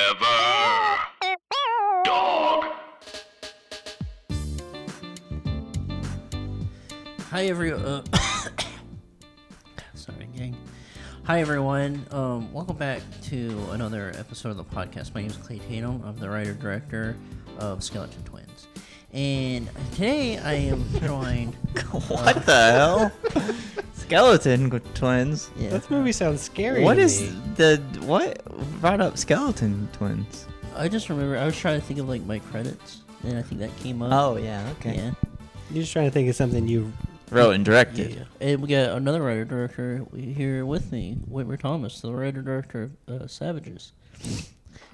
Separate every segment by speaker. Speaker 1: Forever. Dog.
Speaker 2: Hi everyone. Uh, sorry, gang. Hi everyone. Um, welcome back to another episode of the podcast. My name is Clay Tatum. I'm the writer director of Skeleton Twins, and today I am joined.
Speaker 3: What the hell? skeleton g- twins.
Speaker 2: Yeah.
Speaker 4: This movie sounds scary.
Speaker 3: What
Speaker 4: to
Speaker 3: is
Speaker 4: me.
Speaker 3: the what brought up skeleton twins?
Speaker 2: I just remember I was trying to think of like my credits, and I think that came up.
Speaker 3: Oh yeah, okay.
Speaker 2: yeah.
Speaker 4: You're just trying to think of something you.
Speaker 3: Wrote and directed.
Speaker 2: Yeah. And we got another writer director here with me, Whitmer Thomas, the writer director of uh, Savages.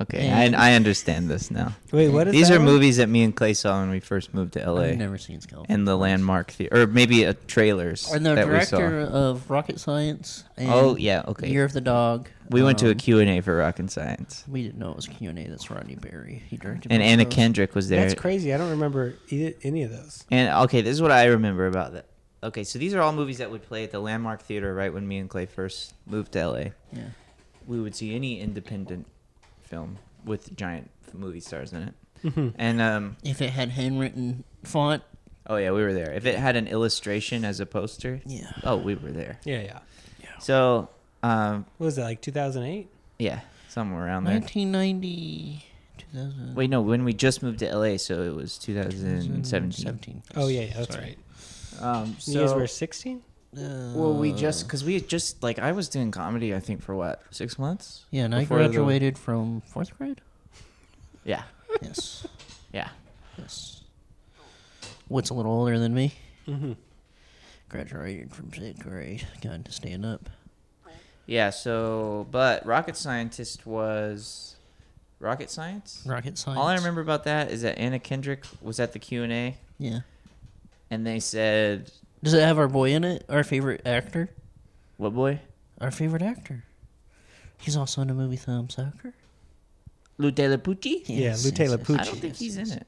Speaker 3: Okay,
Speaker 2: And-
Speaker 3: I, I understand this now.
Speaker 4: Wait, what is
Speaker 3: These
Speaker 4: that
Speaker 3: are
Speaker 4: one?
Speaker 3: movies that me and Clay saw when we first moved to LA,
Speaker 2: I've never seen Skeleton.
Speaker 3: and the Landmark Theater, or maybe a trailers
Speaker 2: And the
Speaker 3: that
Speaker 2: director
Speaker 3: we saw.
Speaker 2: of Rocket Science. And
Speaker 3: Oh, yeah, okay.
Speaker 2: Year of the Dog.
Speaker 3: We went to a
Speaker 2: um,
Speaker 3: Q and A for Rock and Science,
Speaker 2: We didn't know it was Q and A. That's Rodney Berry. He directed.
Speaker 3: and
Speaker 2: both
Speaker 3: Anna
Speaker 2: those.
Speaker 3: Kendrick was there.
Speaker 4: That's crazy. I don't remember either, any of those.
Speaker 3: And okay, this is what I remember about that. Okay, so these are all movies that would play at the Landmark Theater right when me and Clay first moved to LA.
Speaker 2: Yeah.
Speaker 3: We would see any independent film with giant f- movie stars in it. And um,
Speaker 2: If it had handwritten font,
Speaker 3: oh yeah, we were there. If it had an illustration as a poster,
Speaker 2: Yeah.
Speaker 3: Oh, we were there.
Speaker 4: Yeah, yeah.
Speaker 3: So um,
Speaker 4: What was that like 2008?
Speaker 3: yeah, somewhere around there.
Speaker 2: 1990, 2000,
Speaker 3: Wait, no, when we just moved to LA, so it was 2017.
Speaker 2: 17.
Speaker 4: Oh yeah, yeah that's right.
Speaker 3: Um,
Speaker 4: You guys
Speaker 3: so-
Speaker 4: were 16.
Speaker 2: Uh,
Speaker 3: Well, we just because we had just like I was doing comedy, I think for what six months.
Speaker 2: Yeah, and I
Speaker 3: Before the-
Speaker 2: graduated from fourth grade.
Speaker 3: yeah,
Speaker 2: Yes.
Speaker 3: yeah.
Speaker 2: Yes. What's a little older than me? Mm-hmm. Graduated from sixth grade. Got into stand up.
Speaker 3: Yeah, so but rocket scientist was rocket science?
Speaker 2: Rocket science.
Speaker 3: All I remember about that is that Anna Kendrick was at the Q&A
Speaker 2: Yeah.
Speaker 3: and they said,
Speaker 2: Does it have our boy in it? Our favorite actor?
Speaker 3: "What boy?
Speaker 2: Our favorite actor. He's also in the movie Thumb Sucker.
Speaker 3: Lou Taylor Pucci?"
Speaker 2: Yes,
Speaker 4: Lou
Speaker 2: yes,
Speaker 4: Taylor
Speaker 2: yes,
Speaker 4: Pucci.
Speaker 3: I don't think
Speaker 2: yes,
Speaker 3: he's
Speaker 2: yes.
Speaker 3: in it.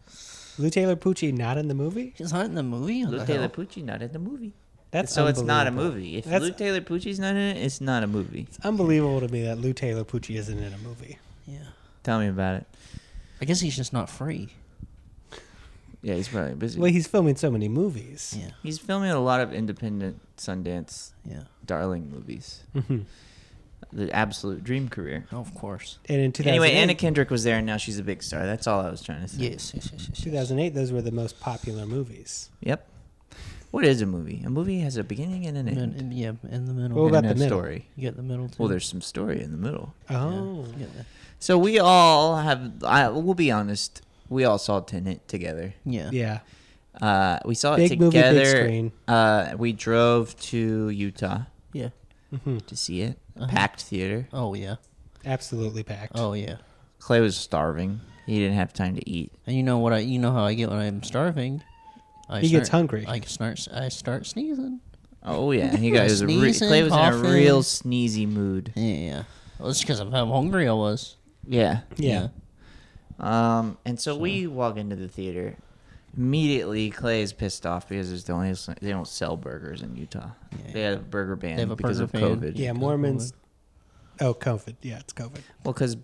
Speaker 4: Lou Taylor Pucci not in the movie?
Speaker 2: He's not in the movie. What
Speaker 3: Lou
Speaker 2: the
Speaker 3: Taylor
Speaker 2: hell?
Speaker 3: Pucci not in the movie.
Speaker 4: That's
Speaker 3: so it's not a
Speaker 4: unbelievable.
Speaker 3: movie. If
Speaker 4: That's
Speaker 3: Lou Taylor Pucci's not in it, it's not a movie.
Speaker 4: it's unbelievable to me that Lou Taylor Pucci isn't in a movie.
Speaker 2: Yeah.
Speaker 3: Tell me about it.
Speaker 2: I guess he's just not free.
Speaker 3: Yeah, he's probably busy.
Speaker 4: Well, he's filming so many movies.
Speaker 2: Yeah.
Speaker 3: he's filming a lot of independent Sundance
Speaker 2: Yeah.
Speaker 3: darling movies.
Speaker 4: Mhm.
Speaker 3: The absolute dream career.
Speaker 2: Oh, of course.
Speaker 4: And in 2008,
Speaker 3: Anyway, Anna Kendrick was there, and now she's a big star. That's all I was trying to say.
Speaker 2: Yes. Yes. Yes. yes, yes.
Speaker 4: 2008, those were the most popular movies.
Speaker 3: Yep. What is a movie? A movie has a beginning and an
Speaker 2: And,
Speaker 3: end.
Speaker 2: then- and- yeah. In the middle.
Speaker 4: Well,
Speaker 3: and
Speaker 4: about
Speaker 3: a
Speaker 4: the middle?
Speaker 3: story.
Speaker 2: you get the middle. Too.
Speaker 3: Well, there's some story in the middle.
Speaker 4: Oh,
Speaker 2: You get the-
Speaker 3: So we all have. I, we'll be honest. We all saw Tenet together.
Speaker 2: yeah.
Speaker 4: yeah.
Speaker 3: Uh, we saw it
Speaker 4: Big movie, big
Speaker 3: together.
Speaker 4: screen.
Speaker 3: Uh, we drove to Utah
Speaker 2: Yeah.
Speaker 4: Mm-hmm.
Speaker 3: to see it.
Speaker 4: Uh-huh.
Speaker 3: Packed theater.
Speaker 2: Oh yeah.
Speaker 4: Absolutely packed.
Speaker 2: Oh yeah.
Speaker 3: Clay was starving. He didn't have time to eat.
Speaker 2: And you know what I? You know how I get when I'm starving. I
Speaker 4: He gets hungry.
Speaker 2: I start. I start sneezing.
Speaker 3: Oh yeah, he got. He was a re-
Speaker 2: Sneezing,
Speaker 3: Clay was in
Speaker 2: coughing.
Speaker 3: a real sneezy mood.
Speaker 2: Yeah. yeah. Well, it's because of how hungry I was.
Speaker 3: Yeah.
Speaker 4: yeah.
Speaker 3: Um, and so, we walk into the theater. Immediately, Clay is pissed off because there's the only they don't sell burgers in Utah. They had a burger ban
Speaker 2: They have a
Speaker 3: because
Speaker 2: burger
Speaker 3: of
Speaker 2: ban.
Speaker 3: COVID.
Speaker 4: Yeah, Mormons. Oh, COVID. Yeah, it's COVID.
Speaker 3: Well, because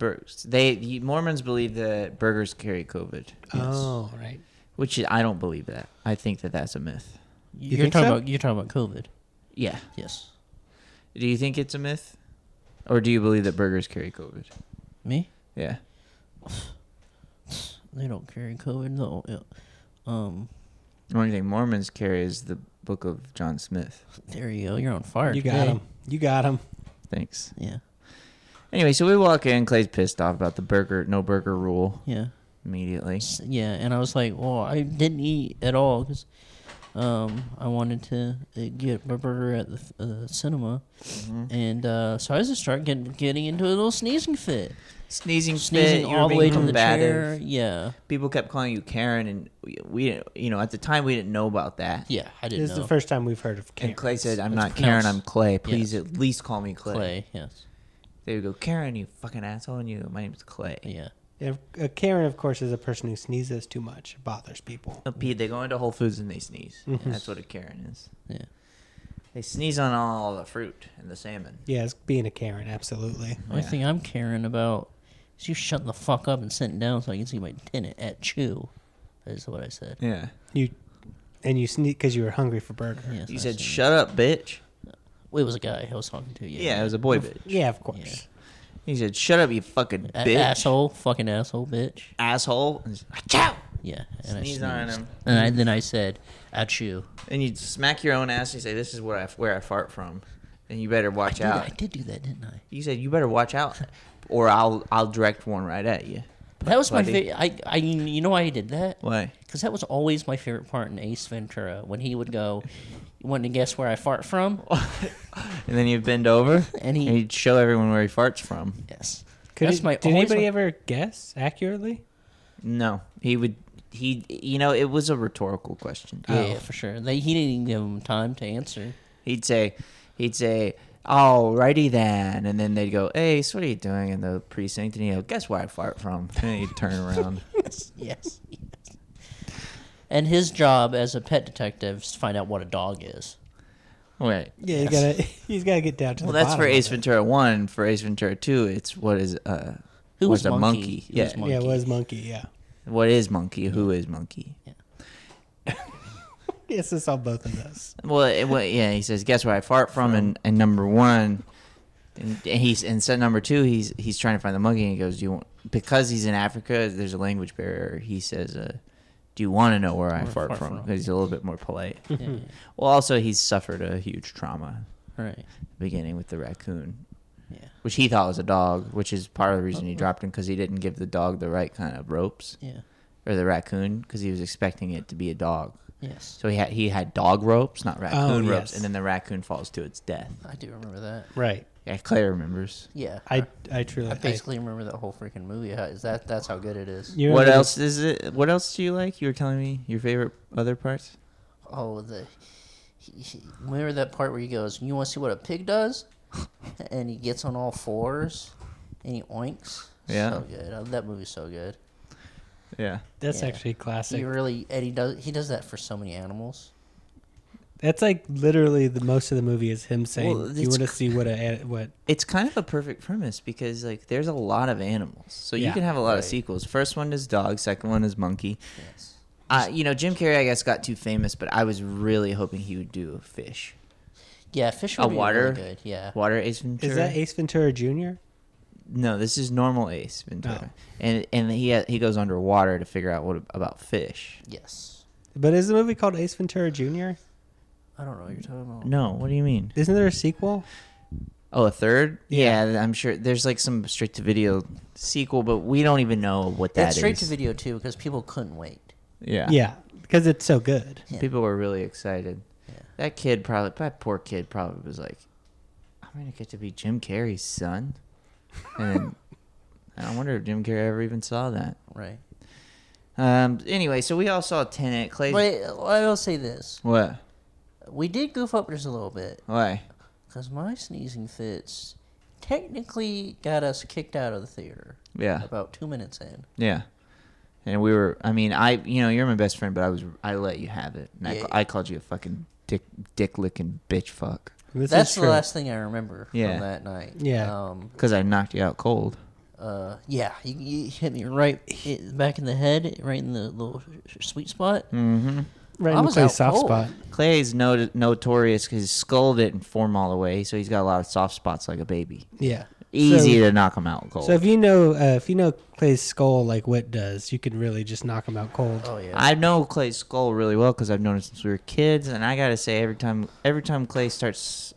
Speaker 3: they the Mormons believe that burgers carry COVID, Uh,
Speaker 4: Oh, right.
Speaker 3: which I don't believe that. I think that that's a myth.
Speaker 2: You are
Speaker 4: think
Speaker 2: talking
Speaker 4: so?
Speaker 2: about. You're talking about COVID.
Speaker 3: Yeah.
Speaker 2: Yes.
Speaker 3: Do you think it's a myth, or do you believe that burgers carry COVID?
Speaker 2: Me?
Speaker 3: Yeah.
Speaker 2: They don't carry COVID though. Yeah. Um.
Speaker 3: The only thing Mormons carry is the Book of John Smith.
Speaker 2: There you go. You're on fire.
Speaker 4: You got
Speaker 2: today.
Speaker 4: him. You got him.
Speaker 3: Thanks.
Speaker 2: Yeah.
Speaker 3: Anyway, so we walk in. Clay's pissed off about the burger no burger rule
Speaker 2: Yeah.
Speaker 3: immediately.
Speaker 2: S- Yeah. And I was like, well, I didn't eat at all because um, I wanted to uh, get a burger at the uh, cinema.
Speaker 3: Mm-hmm.
Speaker 2: And uh, so I just started getting, getting into a little sneezing fit.
Speaker 3: sneezing,
Speaker 2: Sneezing
Speaker 3: fit,
Speaker 2: all the way to the chair. Yeah.
Speaker 3: People kept calling you Karen, and we, we, you know, at the time we didn't know about that.
Speaker 2: Yeah. I didn't
Speaker 4: This is
Speaker 2: know.
Speaker 4: the first time we've heard of Karen.
Speaker 3: And Clay said, "I'm
Speaker 2: It's
Speaker 3: not Karen, I'm
Speaker 2: pronounced-
Speaker 3: Clay. Please
Speaker 2: yeah.
Speaker 3: at least call me Clay."
Speaker 2: Clay. Yes.
Speaker 3: They would go, "Karen, you fucking asshole!" And you, go, "My name's Clay."
Speaker 2: Yeah.
Speaker 4: And a Karen, of course, is a person who sneezes too much, bothers people.
Speaker 3: No, Pete, they go into Whole Foods and they sneeze. That's what a Karen is.
Speaker 2: Yeah.
Speaker 3: They sneeze on all the fruit and the salmon.
Speaker 4: Yeah, it's being a Karen, absolutely.
Speaker 2: Only thing I'm caring about So you shut the fuck up and sit down so I can see my tenant at Chew. Is what I said.
Speaker 3: Yeah.
Speaker 4: You and you sneak because you were hungry for burger.
Speaker 2: Yes,
Speaker 3: You
Speaker 2: I
Speaker 3: said,
Speaker 2: see.
Speaker 3: "Shut up, bitch."
Speaker 2: It was a guy I was talking to. Yeah.
Speaker 3: Yeah, it was a boy bitch.
Speaker 4: Yeah, of course.
Speaker 3: He said, "Shut up, you fucking
Speaker 2: A-
Speaker 3: bitch,
Speaker 2: asshole, fucking asshole, bitch.
Speaker 3: asshole." And, he's, "Achoo!"
Speaker 2: Yeah.
Speaker 3: Sneeze on
Speaker 2: sneezed.
Speaker 3: him.
Speaker 2: And I, then I said, at you.
Speaker 3: and you smack your own ass. And you say, "This is where I where I fart from," and you better
Speaker 2: I
Speaker 3: watch
Speaker 2: did, I
Speaker 3: out.
Speaker 2: did do that, didn't I?
Speaker 3: You said, "You better watch out, or I'll I'll direct one right at you."
Speaker 2: That was my
Speaker 3: buddy.
Speaker 2: favorite. I, I, you know why I did that?
Speaker 3: Why?
Speaker 2: Because that was always my favorite part in Ace Ventura when he would go, "You want to guess where I fart from?"
Speaker 3: Oh. And then you bend over,
Speaker 2: And
Speaker 3: and,
Speaker 2: he-
Speaker 3: he, would show everyone where he farts from.
Speaker 2: Yes.
Speaker 4: Could
Speaker 2: That's
Speaker 4: it-
Speaker 2: my-
Speaker 4: did
Speaker 2: always
Speaker 4: anybody
Speaker 2: my-
Speaker 4: ever guess accurately?
Speaker 3: No, he would. He, you know, it was a rhetorical question.
Speaker 2: Yeah, for sure. They, he didn't even give him time to answer.
Speaker 3: He'd say, he'd say, "Alrighty then," and then they'd go, "Hey, so what are you doing in the precinct?" And he'd go, "Guess where I fart from?" And he'd turn around.
Speaker 2: Yes, yes, yes. And his job as a pet detective is to find out what a dog is.
Speaker 3: Wait.
Speaker 4: Yeah, you gotta. He's gotta get down to.
Speaker 3: Well,
Speaker 4: the
Speaker 3: that's for
Speaker 4: bottom of
Speaker 3: Ace
Speaker 4: it.
Speaker 3: Ventura One. For Ace Ventura Two, it's what is uh,
Speaker 2: Who
Speaker 3: what's
Speaker 2: was
Speaker 3: a
Speaker 2: Monkey?
Speaker 3: monkey?
Speaker 2: Who was
Speaker 3: Yeah.
Speaker 2: Monkey?
Speaker 4: Yeah, it was monkey. Yeah.
Speaker 3: What is monkey? Who is monkey?
Speaker 4: Yes, it's all both of us.
Speaker 3: Well, it, well, yeah. He says, "Guess where I fart from?" And, and number one, and, and he's and set number two. He's he's trying to find the monkey. And he goes, "Do you want?" Because he's in Africa, there's a language barrier. He says, uh, "Do you want to know where I fart,
Speaker 2: fart
Speaker 3: from?"
Speaker 2: from.
Speaker 3: Because he's a little bit more polite.
Speaker 2: Yeah,
Speaker 3: Well, also he's suffered a huge trauma,
Speaker 2: yeah. Right.
Speaker 3: beginning with the raccoon,
Speaker 2: Yeah.
Speaker 3: which he thought was a dog, which is part of the
Speaker 4: Uh-huh.
Speaker 3: reason he dropped him because he didn't give the dog the right kind of ropes
Speaker 2: Yeah.
Speaker 3: or the raccoon because he was expecting it to be a dog.
Speaker 2: Yes.
Speaker 3: So he had he had dog ropes, not raccoon
Speaker 4: Oh,
Speaker 3: ropes,
Speaker 4: yes.
Speaker 3: and then the raccoon falls to its death.
Speaker 2: I do remember that.
Speaker 4: Right.
Speaker 3: Yeah, Claire remembers.
Speaker 2: Yeah.
Speaker 4: I I truly.
Speaker 2: I basically remember that whole freaking movie. How- Is that that's how good it is?
Speaker 4: you
Speaker 3: what
Speaker 4: remember
Speaker 3: else is it? What else do you like? You were telling me your favorite other parts.
Speaker 2: Oh, the he, he- remember that part where he goes, "You want to see what a pig does?" and he gets on all fours and he oinks.
Speaker 3: Yeah.
Speaker 2: so good. Oh, that movie's so good.
Speaker 3: Yeah,
Speaker 4: That's
Speaker 2: Yeah.
Speaker 4: actually classic.
Speaker 2: He really and he does he does that for so many animals.
Speaker 4: That's like literally the most of the movie is him saying,
Speaker 3: Well,
Speaker 4: "You
Speaker 3: it's
Speaker 4: want to see what a what?"
Speaker 3: it's kind of a perfect premise because like there's a lot of animals, so you
Speaker 4: Yeah,
Speaker 3: can have a lot
Speaker 2: right.
Speaker 3: of sequels. First one is dog, second one is monkey.
Speaker 2: Yes,
Speaker 3: Uh, you know, Jim Carrey I guess got too famous, but I was really hoping he would do fish,
Speaker 2: yeah, fish
Speaker 3: A
Speaker 2: would be
Speaker 3: water-
Speaker 2: really good. Yeah,
Speaker 3: water Ace Ventura.
Speaker 4: Is that Ace Ventura Jr.?
Speaker 3: No, this is normal Ace Ventura,
Speaker 4: Oh.
Speaker 3: and and he uh, he goes underwater to figure out what about fish.
Speaker 2: yes.
Speaker 4: But is the movie called Ace Ventura Jr.?
Speaker 2: I don't know what you're talking about.
Speaker 3: No, what do you mean?
Speaker 4: Isn't there a sequel?
Speaker 3: Oh, a third? Yeah, I'm sure there's like some straight to video sequel, but we don't even know what that
Speaker 2: That's
Speaker 3: is.
Speaker 2: straight to video too because people couldn't wait.
Speaker 3: Yeah.
Speaker 4: Yeah, because it's so good.
Speaker 2: Yeah.
Speaker 3: People were really excited.
Speaker 2: Yeah.
Speaker 3: That kid probably, that poor kid probably was like, I'm going to get to be Jim Carrey's son. And then, and I wonder if Jim Carrey ever even saw that.
Speaker 2: Right.
Speaker 3: Um. Anyway, so we all saw Tenet. Clay.
Speaker 2: But I will say this:
Speaker 3: What?
Speaker 2: we did goof up just a little bit.
Speaker 3: Why?
Speaker 2: Because my sneezing fits technically got us kicked out of the theater
Speaker 3: Yeah.
Speaker 2: about two minutes in.
Speaker 3: Yeah. And we were. I mean, I. You know, you're my best friend, but I was. I let you have it. And I,
Speaker 2: Yeah.
Speaker 3: ca- I called you a fucking dick, dick licking bitch fuck.
Speaker 4: This
Speaker 2: That's
Speaker 4: is
Speaker 2: the
Speaker 4: true.
Speaker 2: last thing I remember
Speaker 3: Yeah.
Speaker 2: from that night.
Speaker 4: Yeah.
Speaker 2: Um,
Speaker 3: Because I knocked you out cold.
Speaker 2: uh, yeah. You, you hit me right it, back in the head, right in the little sh- sh- sweet spot.
Speaker 3: Mm.
Speaker 2: Mm-hmm.
Speaker 4: Right
Speaker 2: I
Speaker 4: in
Speaker 2: was
Speaker 4: Clay's
Speaker 2: out
Speaker 4: soft
Speaker 2: cold.
Speaker 4: spot.
Speaker 3: Clay's no, notorious because his skull didn't form all the way, so he's got a lot of soft spots like a baby.
Speaker 4: Yeah,
Speaker 3: Easy
Speaker 4: So,
Speaker 3: to knock him out cold.
Speaker 4: so if you know uh, if you know Clay's skull like Whit does, you can really just knock him out cold.
Speaker 2: Oh, yeah.
Speaker 3: I know Clay's skull really well because I've known him since we were kids, and I gotta say, every time every time Clay starts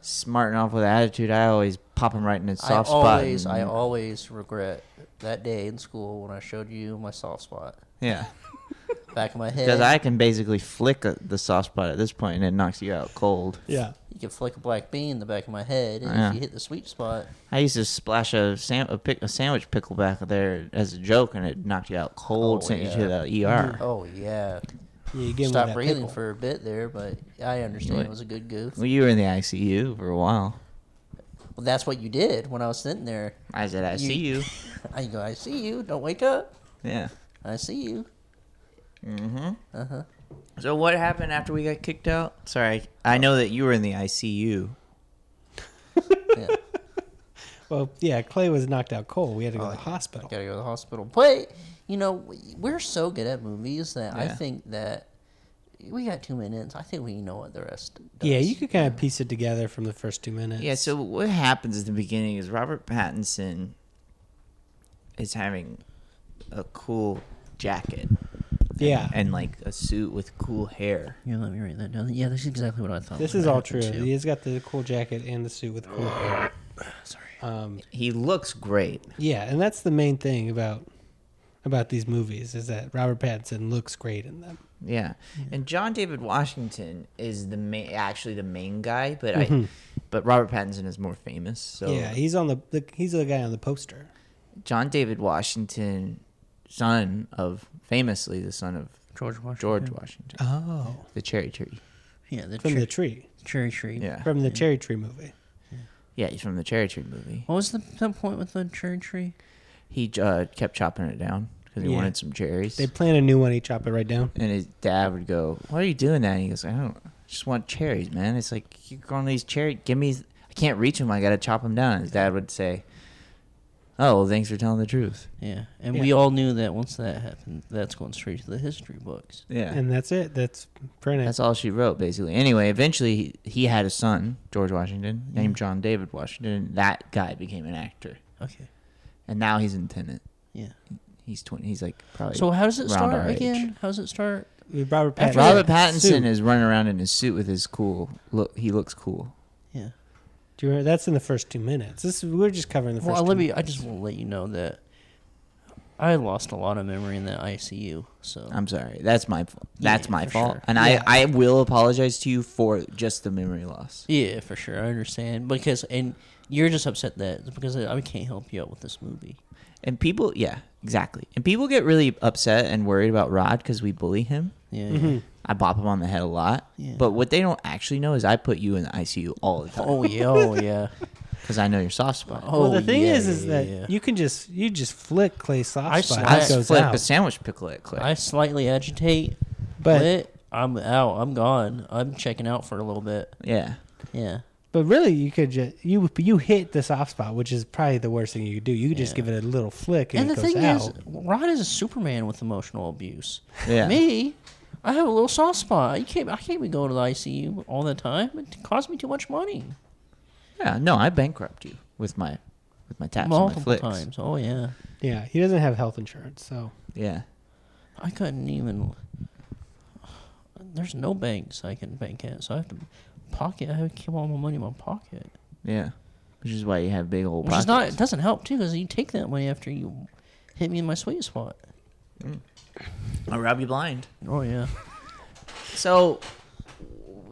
Speaker 3: smarting off with attitude, I always pop him right in his
Speaker 2: I
Speaker 3: soft spot.
Speaker 2: always,
Speaker 3: and-
Speaker 2: I always regret that day in school when I showed you my soft spot.
Speaker 3: yeah,
Speaker 2: Back of my head.
Speaker 3: because I can basically flick a, the soft spot at this point, and it knocks you out cold.
Speaker 4: Yeah,
Speaker 2: you can flick a black bean in the back of my head, and
Speaker 3: Yeah.
Speaker 2: if you hit the sweet spot,
Speaker 3: I used to splash a, sam- a, pic- a sandwich pickle back there as a joke, and it knocked you out cold,
Speaker 2: Oh,
Speaker 3: sent you
Speaker 2: yeah.
Speaker 3: to the ER.
Speaker 2: oh yeah,
Speaker 4: yeah you give him
Speaker 2: stop
Speaker 4: that
Speaker 2: breathing
Speaker 4: pickle.
Speaker 2: for a bit there, but I understand
Speaker 3: Right.
Speaker 2: it was a good goof.
Speaker 3: Well, you were in the ICU for a while.
Speaker 2: Well, that's what you did when I was sitting there.
Speaker 3: I said, "I see you."
Speaker 2: I go, I see you. Don't wake up.
Speaker 3: Yeah. Mm-hmm.
Speaker 2: I see you. Uh-huh.
Speaker 3: So what happened after we got kicked out? Sorry, I know that you were in the ICU.
Speaker 2: Yeah.
Speaker 4: Well, yeah, Clay was knocked out cold. We had
Speaker 2: Oh,
Speaker 4: to go to the hospital.
Speaker 2: Gotta go to the hospital. But you know, we- we're so good at movies that I
Speaker 3: Yeah.
Speaker 2: think that we got two minutes. I think we know what the rest. Does.
Speaker 4: Yeah, you could kind of piece it together from the first two minutes.
Speaker 3: Yeah, so what happens at the beginning is Robert Pattinson is having a cool jacket
Speaker 4: yeah.
Speaker 3: and like a suit with cool hair.
Speaker 2: Here, let me write that down. Yeah, this is exactly what I thought.
Speaker 4: this
Speaker 2: was
Speaker 4: is
Speaker 2: gonna
Speaker 4: all true.
Speaker 2: happen, too.
Speaker 4: He's got the cool jacket and the suit with cool hair.
Speaker 2: Sorry.
Speaker 4: Um,
Speaker 3: He looks great.
Speaker 4: yeah, and that's the main thing about about these movies is that Robert Pattinson looks great in them.
Speaker 3: Yeah. And John David Washington is the main, actually the main guy, but I but Robert Pattinson is more famous.
Speaker 2: Oh.
Speaker 3: So
Speaker 4: Mm-hmm. yeah, he's on the, the he's the guy on the poster.
Speaker 3: John David Washington, son of famously the son of
Speaker 2: George Washington.
Speaker 3: George Washington,
Speaker 4: Oh,
Speaker 3: the cherry tree.
Speaker 2: Yeah, the,
Speaker 4: from
Speaker 2: cher-
Speaker 4: the tree,
Speaker 2: cherry tree.
Speaker 3: Yeah.
Speaker 4: from the Cherry Tree movie.
Speaker 3: Yeah, he's from the cherry tree movie.
Speaker 2: What was the, the point with the cherry tree?
Speaker 3: He uh, kept chopping it down because he
Speaker 4: Yeah.
Speaker 3: wanted some cherries.
Speaker 4: They plant a new one. He chop it right down.
Speaker 3: and his dad would go, "Why are you doing that?" And he goes, "I don't I just want cherries, man. It's like you're growing these cherry. Give me. I can't reach them. I gotta chop them down." And his dad would say, "Oh, well, thanks for telling the truth."
Speaker 2: Yeah, and
Speaker 4: Yeah.
Speaker 2: we all knew that once that happened, that's going straight to the history books.
Speaker 3: Yeah,
Speaker 4: And that's it. That's pretty nice.
Speaker 3: that's all she wrote basically. Anyway, eventually he, he had a son, George Washington, named John David Washington. And that guy became an actor,
Speaker 2: Okay.
Speaker 3: and now he's in Tenet.
Speaker 2: Yeah.
Speaker 3: He's twenty. He's like probably.
Speaker 2: So how does it
Speaker 3: around
Speaker 2: start
Speaker 3: our age.
Speaker 2: again? How does it start?
Speaker 4: With Robert Pattinson.
Speaker 2: After
Speaker 3: Robert Pattinson
Speaker 4: Suit.
Speaker 3: is running around in his suit with his cool look. He looks cool.
Speaker 2: Yeah.
Speaker 4: Do you remember? That's in the first two minutes. This is, we're just covering the first.
Speaker 2: Well,
Speaker 4: two
Speaker 2: let me.
Speaker 4: minutes.
Speaker 2: I just want to let you know that I lost a lot of memory in the ICU. So
Speaker 3: I'm sorry. That's my fault. That's
Speaker 2: Yeah,
Speaker 3: my
Speaker 2: for
Speaker 3: fault.
Speaker 2: sure.
Speaker 3: And
Speaker 4: Yeah.
Speaker 3: I, I will apologize to you for just the memory loss.
Speaker 2: yeah, for sure, I understand because and you're just upset that because I can't help you out with this movie.
Speaker 3: And people, yeah, exactly. And people get really upset and worried about Rod because we bully him.
Speaker 2: Yeah. yeah.
Speaker 3: I bop him on the head a lot.
Speaker 2: Yeah.
Speaker 3: But what they don't actually know is I put you in the ICU all the time
Speaker 2: Oh yeah. Oh yeah.
Speaker 3: because I know your soft spot.
Speaker 2: Oh,
Speaker 4: well, the thing
Speaker 2: yeah,
Speaker 4: is, is
Speaker 2: yeah,
Speaker 4: that
Speaker 2: yeah.
Speaker 4: you can just you just flick Clay soft
Speaker 2: I
Speaker 4: spot.
Speaker 2: sli-
Speaker 4: it
Speaker 3: I
Speaker 4: goes
Speaker 3: flip
Speaker 4: out.
Speaker 3: a sandwich pickle at Clay.
Speaker 2: I slightly agitate,
Speaker 4: But-
Speaker 2: but I'm out. I'm gone. I'm checking out for a little bit.
Speaker 3: yeah.
Speaker 2: Yeah.
Speaker 4: But really, you could just you you hit the soft spot, which is probably the worst thing you could do. You could just
Speaker 2: Yeah.
Speaker 4: give it a little flick and,
Speaker 2: And
Speaker 4: it
Speaker 2: the
Speaker 4: goes
Speaker 2: thing
Speaker 4: out.
Speaker 2: is, Rod is a Superman with emotional abuse.
Speaker 3: Yeah.
Speaker 2: Me, I have a little soft spot. You can't, I can't be going to the ICU all the time. It costs me too much money
Speaker 3: Yeah. No, I bankrupt you with my with my taps and my
Speaker 2: multiple
Speaker 3: flicks.
Speaker 2: times. Oh yeah,
Speaker 4: yeah, he doesn't have health insurance, so
Speaker 3: Yeah.
Speaker 2: I couldn't even. There's no banks I can bank at, so I have to pocket. I have to keep all my money in my pocket,
Speaker 3: Yeah. Which is why you have big old
Speaker 2: which is not.
Speaker 3: pockets.
Speaker 2: It doesn't help too, because you take that money after you hit me in my sweet spot.
Speaker 3: I rob you blind.
Speaker 2: Oh yeah,
Speaker 3: So,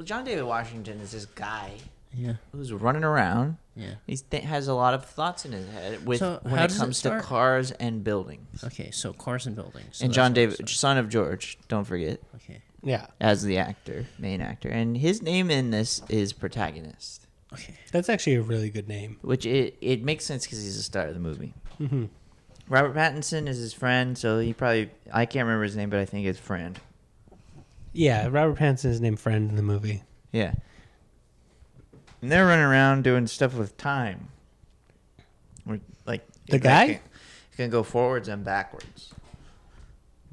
Speaker 3: John David Washington is this guy
Speaker 2: yeah,
Speaker 3: who's running around.
Speaker 2: yeah.
Speaker 3: He th- has a lot of thoughts in his head with
Speaker 2: So,
Speaker 3: when
Speaker 2: how
Speaker 3: it
Speaker 2: does it
Speaker 3: comes to
Speaker 2: start?
Speaker 3: cars and buildings.
Speaker 2: Okay, so cars and buildings. So
Speaker 3: and
Speaker 2: that's
Speaker 3: John
Speaker 2: how it
Speaker 3: David, son of George, don't forget,
Speaker 2: starts. Okay.
Speaker 4: yeah,
Speaker 3: as the actor, main actor, and his name in this is protagonist,
Speaker 2: Okay.
Speaker 4: that's actually a really good name. Mm-hmm.
Speaker 3: which it it makes sense because he's the star of the movie. Robert Pattinson is his friend, so he probably I can't remember his name, but I think it's friend.
Speaker 4: Yeah, Robert Pattinson is named friend in the movie.
Speaker 3: Yeah. And they're running around doing stuff with time. Or, like
Speaker 4: The
Speaker 3: it
Speaker 4: guy?
Speaker 3: can- It can go forwards and backwards.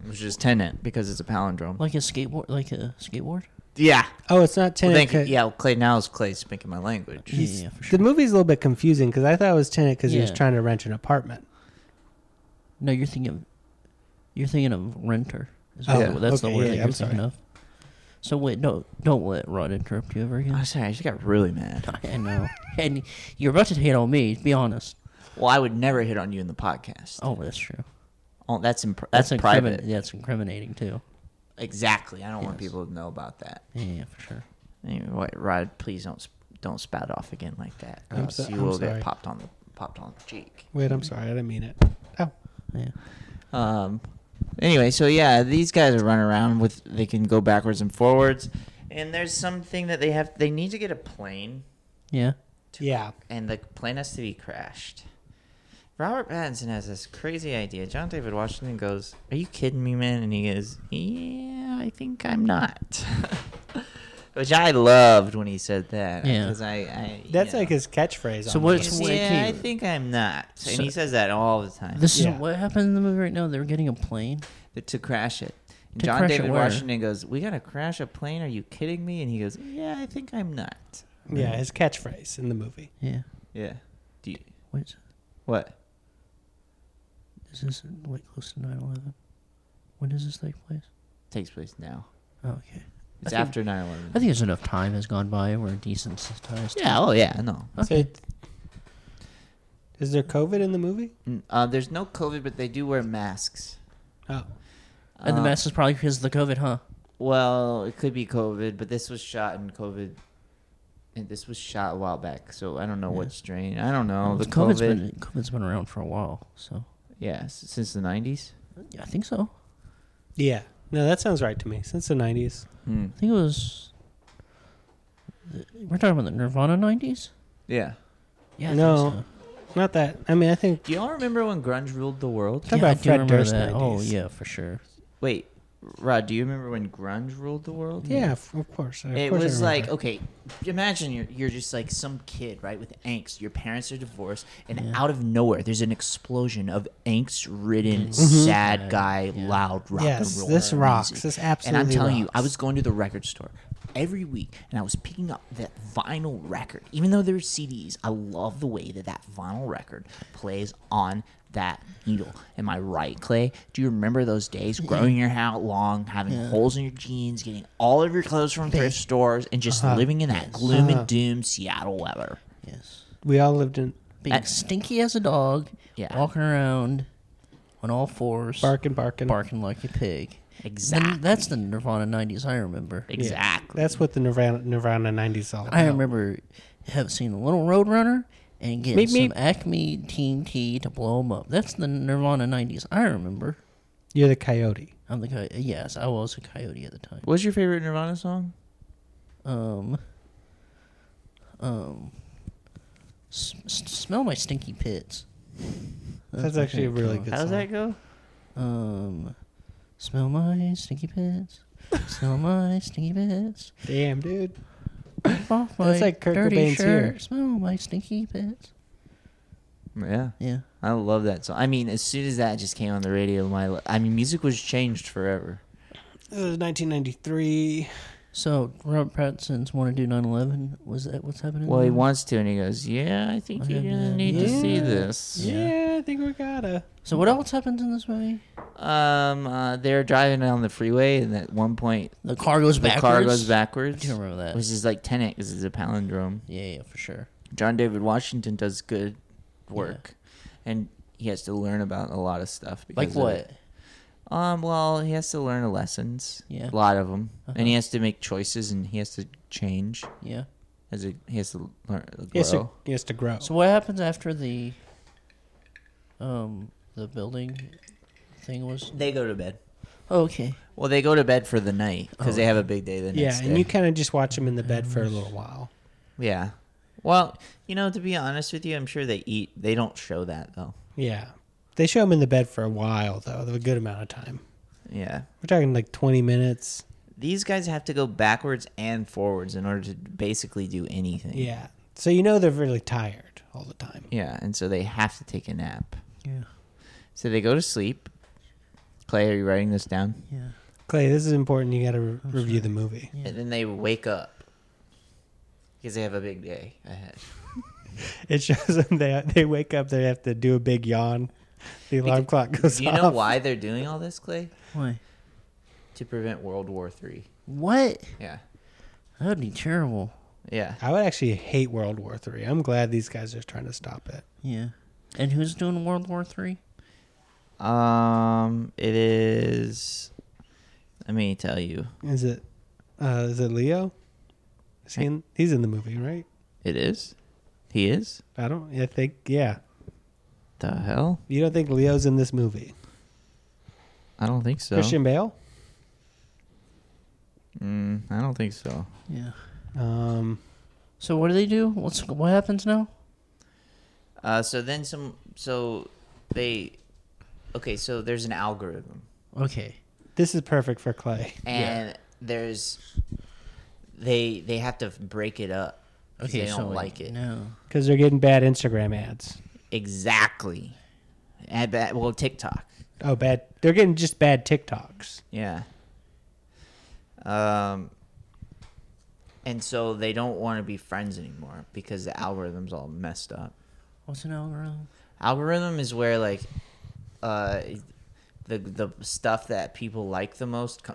Speaker 3: Which is tenant because it's a palindrome.
Speaker 2: Like a skateboard, like a skateboard.
Speaker 3: yeah.
Speaker 4: Oh, it's not
Speaker 3: Well,
Speaker 4: Tenet.
Speaker 3: thank you.
Speaker 4: 'cause-
Speaker 3: Yeah, well, Clay now is Clay speaking my language.
Speaker 2: Yeah, yeah, for sure.
Speaker 4: The movie's a little bit confusing because I thought it was Tenet because he was
Speaker 2: Yeah.
Speaker 4: trying to rent an apartment.
Speaker 2: No, you're thinking, of, you're thinking of renter. Is
Speaker 4: Oh,
Speaker 2: what- that's
Speaker 4: okay,
Speaker 2: the word
Speaker 4: yeah,
Speaker 2: that
Speaker 4: yeah,
Speaker 2: you're
Speaker 4: I'm
Speaker 2: thinking
Speaker 4: sorry.
Speaker 2: of. So wait, no, don't let Rod interrupt you ever
Speaker 3: I'm
Speaker 2: again.
Speaker 3: sorry, I just got really mad.
Speaker 2: I know, and you're about to hate on me. Be honest.
Speaker 3: Well, I would never hit on you in the podcast.
Speaker 2: Oh, that's true.
Speaker 3: Oh, that's imp- that's,
Speaker 2: incrimin-
Speaker 3: private.
Speaker 2: Yeah, it's incriminating too.
Speaker 3: Exactly. I don't want
Speaker 2: Yes.
Speaker 3: people to know about that.
Speaker 2: Yeah, yeah, for sure.
Speaker 3: Anyway, what- Rod, please don't sp- don't spout off again like that.
Speaker 4: I'm
Speaker 3: else
Speaker 4: so-
Speaker 3: you
Speaker 4: I'm
Speaker 3: will
Speaker 4: sorry.
Speaker 3: get popped on the popped on the cheek.
Speaker 4: Wait, I'm sorry, I didn't mean it. Oh,
Speaker 2: Yeah,
Speaker 3: Um, anyway, so yeah, these guys are running around with they can go backwards and forwards, and there's something that they have. They need to get a plane,
Speaker 2: yeah.
Speaker 4: yeah,
Speaker 3: and the plane has to be crashed. Robert Pattinson has this crazy idea. John David Washington goes, "Are you kidding me, man?" And he goes, "Yeah, I think I'm not." which I loved when he said that.
Speaker 2: Yeah.
Speaker 3: because I, I you
Speaker 4: That's
Speaker 3: know.
Speaker 4: like his catchphrase.
Speaker 2: So
Speaker 4: on
Speaker 2: what-
Speaker 4: these.
Speaker 2: so what-
Speaker 3: yeah, I
Speaker 2: cute.
Speaker 3: think I'm not, and
Speaker 2: So-
Speaker 3: he says that all the time.
Speaker 2: This
Speaker 4: Yeah.
Speaker 2: is what happened in the movie right now. They're getting a plane.
Speaker 3: to crash it. And
Speaker 2: To
Speaker 3: John
Speaker 2: crash it
Speaker 3: David
Speaker 2: where?
Speaker 3: Washington goes, "We gotta crash a plane? Are you kidding me?" And he goes, "Yeah, I think I'm not."
Speaker 4: Yeah, his catchphrase in the movie.
Speaker 2: Yeah.
Speaker 3: Yeah. Do you,
Speaker 2: Wait, is-
Speaker 3: what?
Speaker 2: is this like close to 9/11? When does this take place?
Speaker 3: Takes place now.
Speaker 2: Oh, okay.
Speaker 3: It's
Speaker 2: I think-
Speaker 3: after 9/11.
Speaker 2: I think there's enough time has gone by where desensitized.
Speaker 3: yeah. Oh yeah. No.
Speaker 4: So it- is there COVID in the movie?
Speaker 3: Mm, Uh, there's no COVID, but they do wear masks.
Speaker 4: Oh,
Speaker 2: And the
Speaker 3: Uh,
Speaker 2: mess is probably because of the COVID, huh?
Speaker 3: Well, it could be COVID, but this was shot in COVID. And this was shot a while back, so I don't know what strain. I don't
Speaker 4: Oh,
Speaker 3: know the COVID.
Speaker 2: COVID's been COVID's been around for a while, so
Speaker 3: yeah, s- since the nineties.
Speaker 2: yeah, I think so.
Speaker 4: yeah. No, that sounds right to me. Since the '90s.
Speaker 3: Hmm.
Speaker 2: I think it was. We're talking about the Nirvana '90s.
Speaker 3: Yeah.
Speaker 2: Yeah. I think so.
Speaker 4: No, not that. I mean, I think
Speaker 3: Do y'all remember when grunge ruled the world?
Speaker 4: Talk
Speaker 2: Yeah, I
Speaker 4: about
Speaker 2: do
Speaker 4: Fred
Speaker 2: remember
Speaker 4: Durst
Speaker 2: that. Oh
Speaker 4: 90s.
Speaker 2: yeah, for sure.
Speaker 3: Wait, Rod, do you remember when grunge ruled the world?
Speaker 4: yeah, of of course. Of
Speaker 3: It
Speaker 4: course I
Speaker 3: was
Speaker 4: remember.
Speaker 3: like okay, imagine you're you're just like some kid, right, with angst. Your parents are divorced, and out of nowhere, there's an explosion of angst-ridden, sad guy, loud rock
Speaker 4: Mm-hmm. Yes,
Speaker 3: and roll.
Speaker 4: this rocks.
Speaker 3: music.
Speaker 4: This
Speaker 3: And
Speaker 4: absolutely
Speaker 3: I'm telling you, I
Speaker 4: rocks.
Speaker 3: was going to the record store every week, and I was picking up that vinyl record. Even though there were CDs, I love the way that that vinyl record plays on that needle. Am I right, Clay? Do you remember those days growing your hair out long, having holes in your jeans, getting all of your clothes from thrift stores, and just
Speaker 4: Uh-huh.
Speaker 3: living in that gloom and doom Seattle weather?
Speaker 2: Yes.
Speaker 4: we all lived in
Speaker 2: Being
Speaker 3: Uh,
Speaker 2: stinky as a dog.
Speaker 3: Yeah.
Speaker 2: Walking around on all fours.
Speaker 4: barking, barking,
Speaker 2: Barking like a pig.
Speaker 3: Exactly.
Speaker 2: And that's the Nirvana '90s. I remember.
Speaker 4: Yeah.
Speaker 3: Exactly.
Speaker 4: That's what the Nirvana, Nirvana '90s is all about.
Speaker 2: I remember having seen the Little Roadrunner and getting
Speaker 4: Meep,
Speaker 2: some
Speaker 4: meep.
Speaker 2: Acme Teen Tea to blow them up. That's the Nirvana '90s. I remember.
Speaker 4: You're the coyote.
Speaker 2: I'm the coyote. Yes, I was a coyote at the time.
Speaker 3: What's your favorite Nirvana song?
Speaker 2: Um. Um. S- s- smell my stinky pits.
Speaker 4: That's,
Speaker 2: my
Speaker 4: actually a
Speaker 2: favorite
Speaker 4: really
Speaker 2: song.
Speaker 4: good.
Speaker 3: How
Speaker 4: song.
Speaker 3: does that go?
Speaker 2: Um. Smell my stinky pits. smell my stinky pits.
Speaker 4: Damn, dude.
Speaker 2: Rip off my
Speaker 4: That's like Kurt
Speaker 2: dirty
Speaker 4: Cobain's
Speaker 2: shirt.
Speaker 4: here.
Speaker 2: Smell my stinky pits.
Speaker 3: Yeah.
Speaker 2: Yeah.
Speaker 3: I love that song. I mean, as soon as that just came on the radio, my li- I mean, music was changed forever.
Speaker 4: This is 1993.
Speaker 2: So Robert Pattinson's want to do 9/11. Was that what's happening?
Speaker 3: Well, he
Speaker 2: there?
Speaker 3: wants to, and he goes, "Yeah, I think you're gonna need to see this."
Speaker 4: Yeah, I think we gotta.
Speaker 2: So what else happens in this movie?
Speaker 3: Um, uh, they're driving down the freeway, and at one point,
Speaker 2: The car goes
Speaker 3: the
Speaker 2: backwards.
Speaker 3: car goes backwards.
Speaker 2: I do remember that.
Speaker 3: Which is like 10 because it's a palindrome.
Speaker 2: Yeah, yeah, for sure.
Speaker 3: John David Washington does good work, and he has to learn about a lot of stuff. Because
Speaker 2: Like
Speaker 3: of
Speaker 2: what?
Speaker 3: it. Um, well, he has to learn lessons.
Speaker 2: Yeah. Uh-huh.
Speaker 3: a lot of them, and he has to make choices, and he has to change.
Speaker 2: Yeah.
Speaker 3: As a, he has to learn. uh, Grow.
Speaker 4: He has, to, he has to grow.
Speaker 2: So what happens after the um the building thing was
Speaker 3: They go to bed.
Speaker 2: oh, okay.
Speaker 3: Well, they go to bed for the night because they have a big day the next
Speaker 4: Oh. yeah,
Speaker 3: day.
Speaker 4: and you kind of just watch him in the bed for a little while.
Speaker 3: yeah. Well, you know, to be honest with you, I'm sure they eat. They don't show that though.
Speaker 4: Yeah. They show him in the bed for a while, though, a good amount of time.
Speaker 3: Yeah.
Speaker 4: We're talking like 20 minutes.
Speaker 3: These guys have to go backwards and forwards in order to basically do anything.
Speaker 4: Yeah. So you know they're really tired all the time.
Speaker 3: Yeah, and so they have to take a nap.
Speaker 2: Yeah.
Speaker 3: So they go to sleep. Clay, are you writing this down?
Speaker 2: Yeah.
Speaker 4: Clay, this is important. You got to re- review the movie.
Speaker 3: And then they wake up because they have a big day ahead.
Speaker 4: It shows them they they wake up, they have to do a big yawn. The alarm clock goes
Speaker 3: Do you know
Speaker 4: off.
Speaker 3: why they're doing all this, Clay?
Speaker 2: Why?
Speaker 3: To prevent World War Three.
Speaker 2: What?
Speaker 3: Yeah.
Speaker 2: That would be terrible.
Speaker 3: Yeah.
Speaker 4: I would actually hate World War Three. I'm glad these guys are trying to stop it.
Speaker 2: Yeah. And who's doing World War Three?
Speaker 3: Um, it is. Let me tell you,
Speaker 4: Is it? Uh, is it Leo? Is he in, he's in the movie, right?
Speaker 3: it is. He is.
Speaker 4: I don't. I think. Yeah.
Speaker 3: The hell?
Speaker 4: You don't think Leo's in this movie?
Speaker 3: I don't think so.
Speaker 4: Christian Bale.
Speaker 3: Mm, I don't think so.
Speaker 2: Yeah.
Speaker 4: Um,
Speaker 2: So what do they do? What's what happens now?
Speaker 3: Uh, so then some. So they. Okay, so there's an algorithm,
Speaker 2: Okay.
Speaker 4: this is perfect for Clay.
Speaker 3: and there's they they have to break it up. 'cause
Speaker 2: Okay,
Speaker 3: they
Speaker 2: so
Speaker 3: don't like it.
Speaker 2: No.
Speaker 4: because they're getting bad Instagram ads.
Speaker 3: Exactly. And that, well, TikTok.
Speaker 4: Oh, bad. They're getting just bad TikToks.
Speaker 3: Yeah. Um. And so they don't want to be friends anymore because the algorithm's all messed up.
Speaker 2: What's an algorithm?
Speaker 3: Algorithm is where like, uh, the the stuff that people like the most co-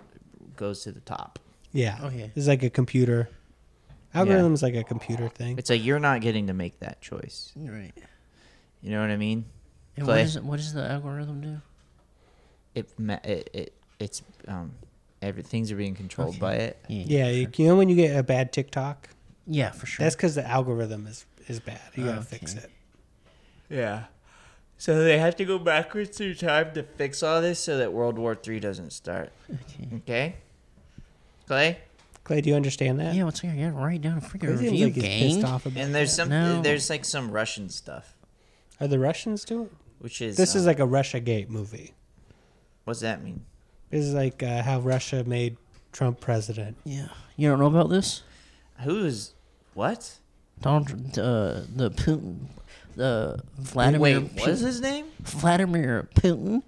Speaker 3: goes to the top.
Speaker 4: Yeah.
Speaker 2: Okay.
Speaker 4: It's like a computer. Algorithms like a computer thing.
Speaker 3: It's like you're not getting to make that choice.
Speaker 2: Right.
Speaker 3: You know what I mean?
Speaker 2: And
Speaker 3: Clay.
Speaker 2: what, is it, what does the algorithm do?
Speaker 3: It ma- it, it it's um everything's are being controlled by it.
Speaker 4: Yeah, you, you know when you get a bad TikTok,
Speaker 2: Yeah, for sure.
Speaker 4: that's because the algorithm is is bad. You gotta fix
Speaker 2: Okay.
Speaker 4: it.
Speaker 3: Yeah. So they have to go backwards through time to fix all this so that World War Three doesn't start.
Speaker 2: okay.
Speaker 3: Okay. Clay.
Speaker 4: Clay, do you understand that?
Speaker 2: Yeah, what's here? Yeah, write down a freaking
Speaker 4: Clay seems
Speaker 2: review,
Speaker 4: like he's
Speaker 2: gang.
Speaker 4: pissed off about
Speaker 3: And there's
Speaker 4: that.
Speaker 3: some
Speaker 2: No.
Speaker 3: there's like some Russian stuff,
Speaker 4: Are the Russians doing? it?
Speaker 3: which is
Speaker 4: This is
Speaker 3: um,
Speaker 4: like a Russia Gate movie.
Speaker 3: what's that mean?
Speaker 4: This is like uh, how Russia made Trump president.
Speaker 2: Yeah. You don't know about this?
Speaker 3: Who's what?
Speaker 2: Donald, Tr- uh, the Putin, the Vladimir.
Speaker 3: Wait, what is
Speaker 2: Putin-
Speaker 3: his name?
Speaker 2: Vladimir Putin.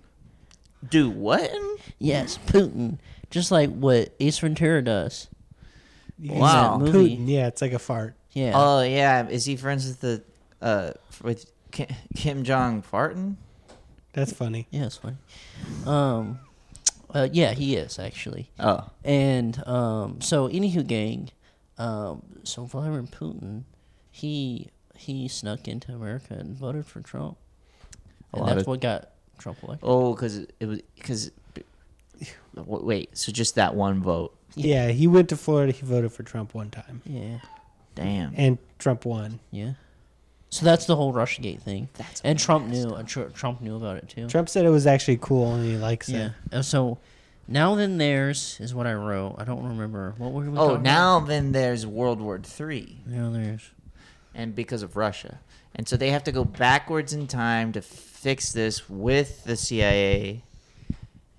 Speaker 3: Do what?
Speaker 2: Yes, Putin. Just like what Ace Ventura does.
Speaker 4: You
Speaker 2: in
Speaker 4: can-
Speaker 3: Wow.
Speaker 2: that movie.
Speaker 4: Putin. Yeah, it's like a fart.
Speaker 2: Yeah.
Speaker 3: Oh yeah, is he friends with the uh with Ki- Kim Jong Farton?
Speaker 4: That's funny.
Speaker 2: yeah, it's funny. Um, uh, yeah, he is actually.
Speaker 3: Oh,
Speaker 2: And um, so, anywho, gang. Um, so Vladimir Putin, he he snuck into America and voted for Trump,
Speaker 3: A
Speaker 2: and
Speaker 3: lot
Speaker 2: that's
Speaker 3: of-
Speaker 2: what got Trump elected.
Speaker 3: oh, because it was because wait, so just that one vote?
Speaker 2: Yeah.
Speaker 4: Yeah, he went to Florida. He voted for Trump one time,
Speaker 2: Yeah,
Speaker 3: Damn.
Speaker 4: and Trump won.
Speaker 2: yeah. So that's the whole Russiagate thing.
Speaker 3: That's
Speaker 2: and Trump knew. And Tr- Trump knew about it too.
Speaker 4: Trump said it was actually cool, and he likes
Speaker 2: Yeah.
Speaker 4: it.
Speaker 2: Uh, So now then theirs is what I wrote. I don't remember what were we.
Speaker 3: Oh,
Speaker 2: talking
Speaker 3: now then there's World War Three,
Speaker 2: About? Now there's.
Speaker 3: and because of Russia, and so they have to go backwards in time to fix this with the CIA.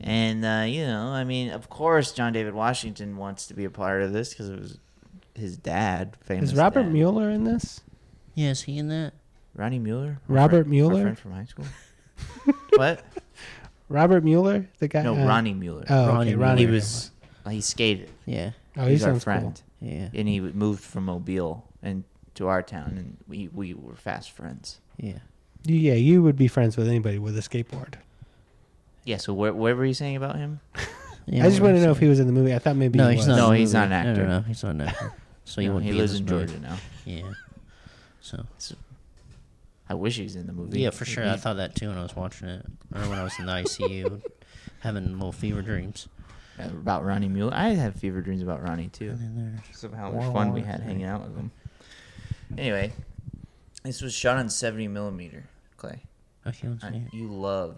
Speaker 3: And uh, you know, I mean, of course, John David Washington wants to be a part of this because it was his dad. Famous
Speaker 4: Is Robert
Speaker 3: dad.
Speaker 4: Mueller in this?
Speaker 2: Yeah, is he in that?
Speaker 3: Ronnie Mueller? My
Speaker 4: Robert
Speaker 3: friend-
Speaker 4: Mueller?
Speaker 3: My friend from high school. what?
Speaker 4: Robert Mueller, the guy.
Speaker 3: No,
Speaker 4: uh,
Speaker 3: Ronnie Mueller.
Speaker 4: Oh,
Speaker 2: Ronnie
Speaker 4: Ronnie.
Speaker 2: Mueller.
Speaker 4: Ronnie
Speaker 3: he
Speaker 4: Mueller.
Speaker 3: was. He skated.
Speaker 2: Yeah.
Speaker 4: Oh, he
Speaker 3: He's our
Speaker 4: sounds
Speaker 3: friend,
Speaker 2: Yeah.
Speaker 3: and he w- moved from Mobile and to our town, and we we were fast friends.
Speaker 2: Yeah.
Speaker 4: cool. You- Yeah, you would be friends with anybody with a skateboard.
Speaker 3: Yeah. So where, where were you saying about him?
Speaker 2: Yeah,
Speaker 4: I just
Speaker 2: what
Speaker 4: want to
Speaker 2: was
Speaker 4: know if he was in the movie. I thought maybe
Speaker 2: No,
Speaker 4: he
Speaker 2: he's
Speaker 4: was.
Speaker 2: not. in
Speaker 3: No,
Speaker 2: the
Speaker 3: he's
Speaker 2: movie.
Speaker 3: not an
Speaker 2: No,
Speaker 3: actor.
Speaker 2: no, no, he's not an actor. So he
Speaker 3: No,
Speaker 2: wouldn't
Speaker 3: he
Speaker 2: be
Speaker 3: lives
Speaker 2: this
Speaker 3: in
Speaker 2: movie.
Speaker 3: Georgia now.
Speaker 2: Yeah. So
Speaker 3: I wish he was in the movie.
Speaker 2: yeah, for sure. I
Speaker 3: He'd
Speaker 2: thought that too when I was watching it, or when I was in the ICU, having little fever dreams.
Speaker 3: be- uh, About Ronnie Mueller, I had fever dreams about Ronnie too.
Speaker 2: And then there's
Speaker 3: Somehow, how
Speaker 2: World
Speaker 3: much fun we
Speaker 2: War
Speaker 3: had
Speaker 2: Three.
Speaker 3: hanging out with him. Anyway, this was shot on seventy millimeter, Clay.
Speaker 2: okay, let's
Speaker 3: I-
Speaker 2: see.
Speaker 3: you love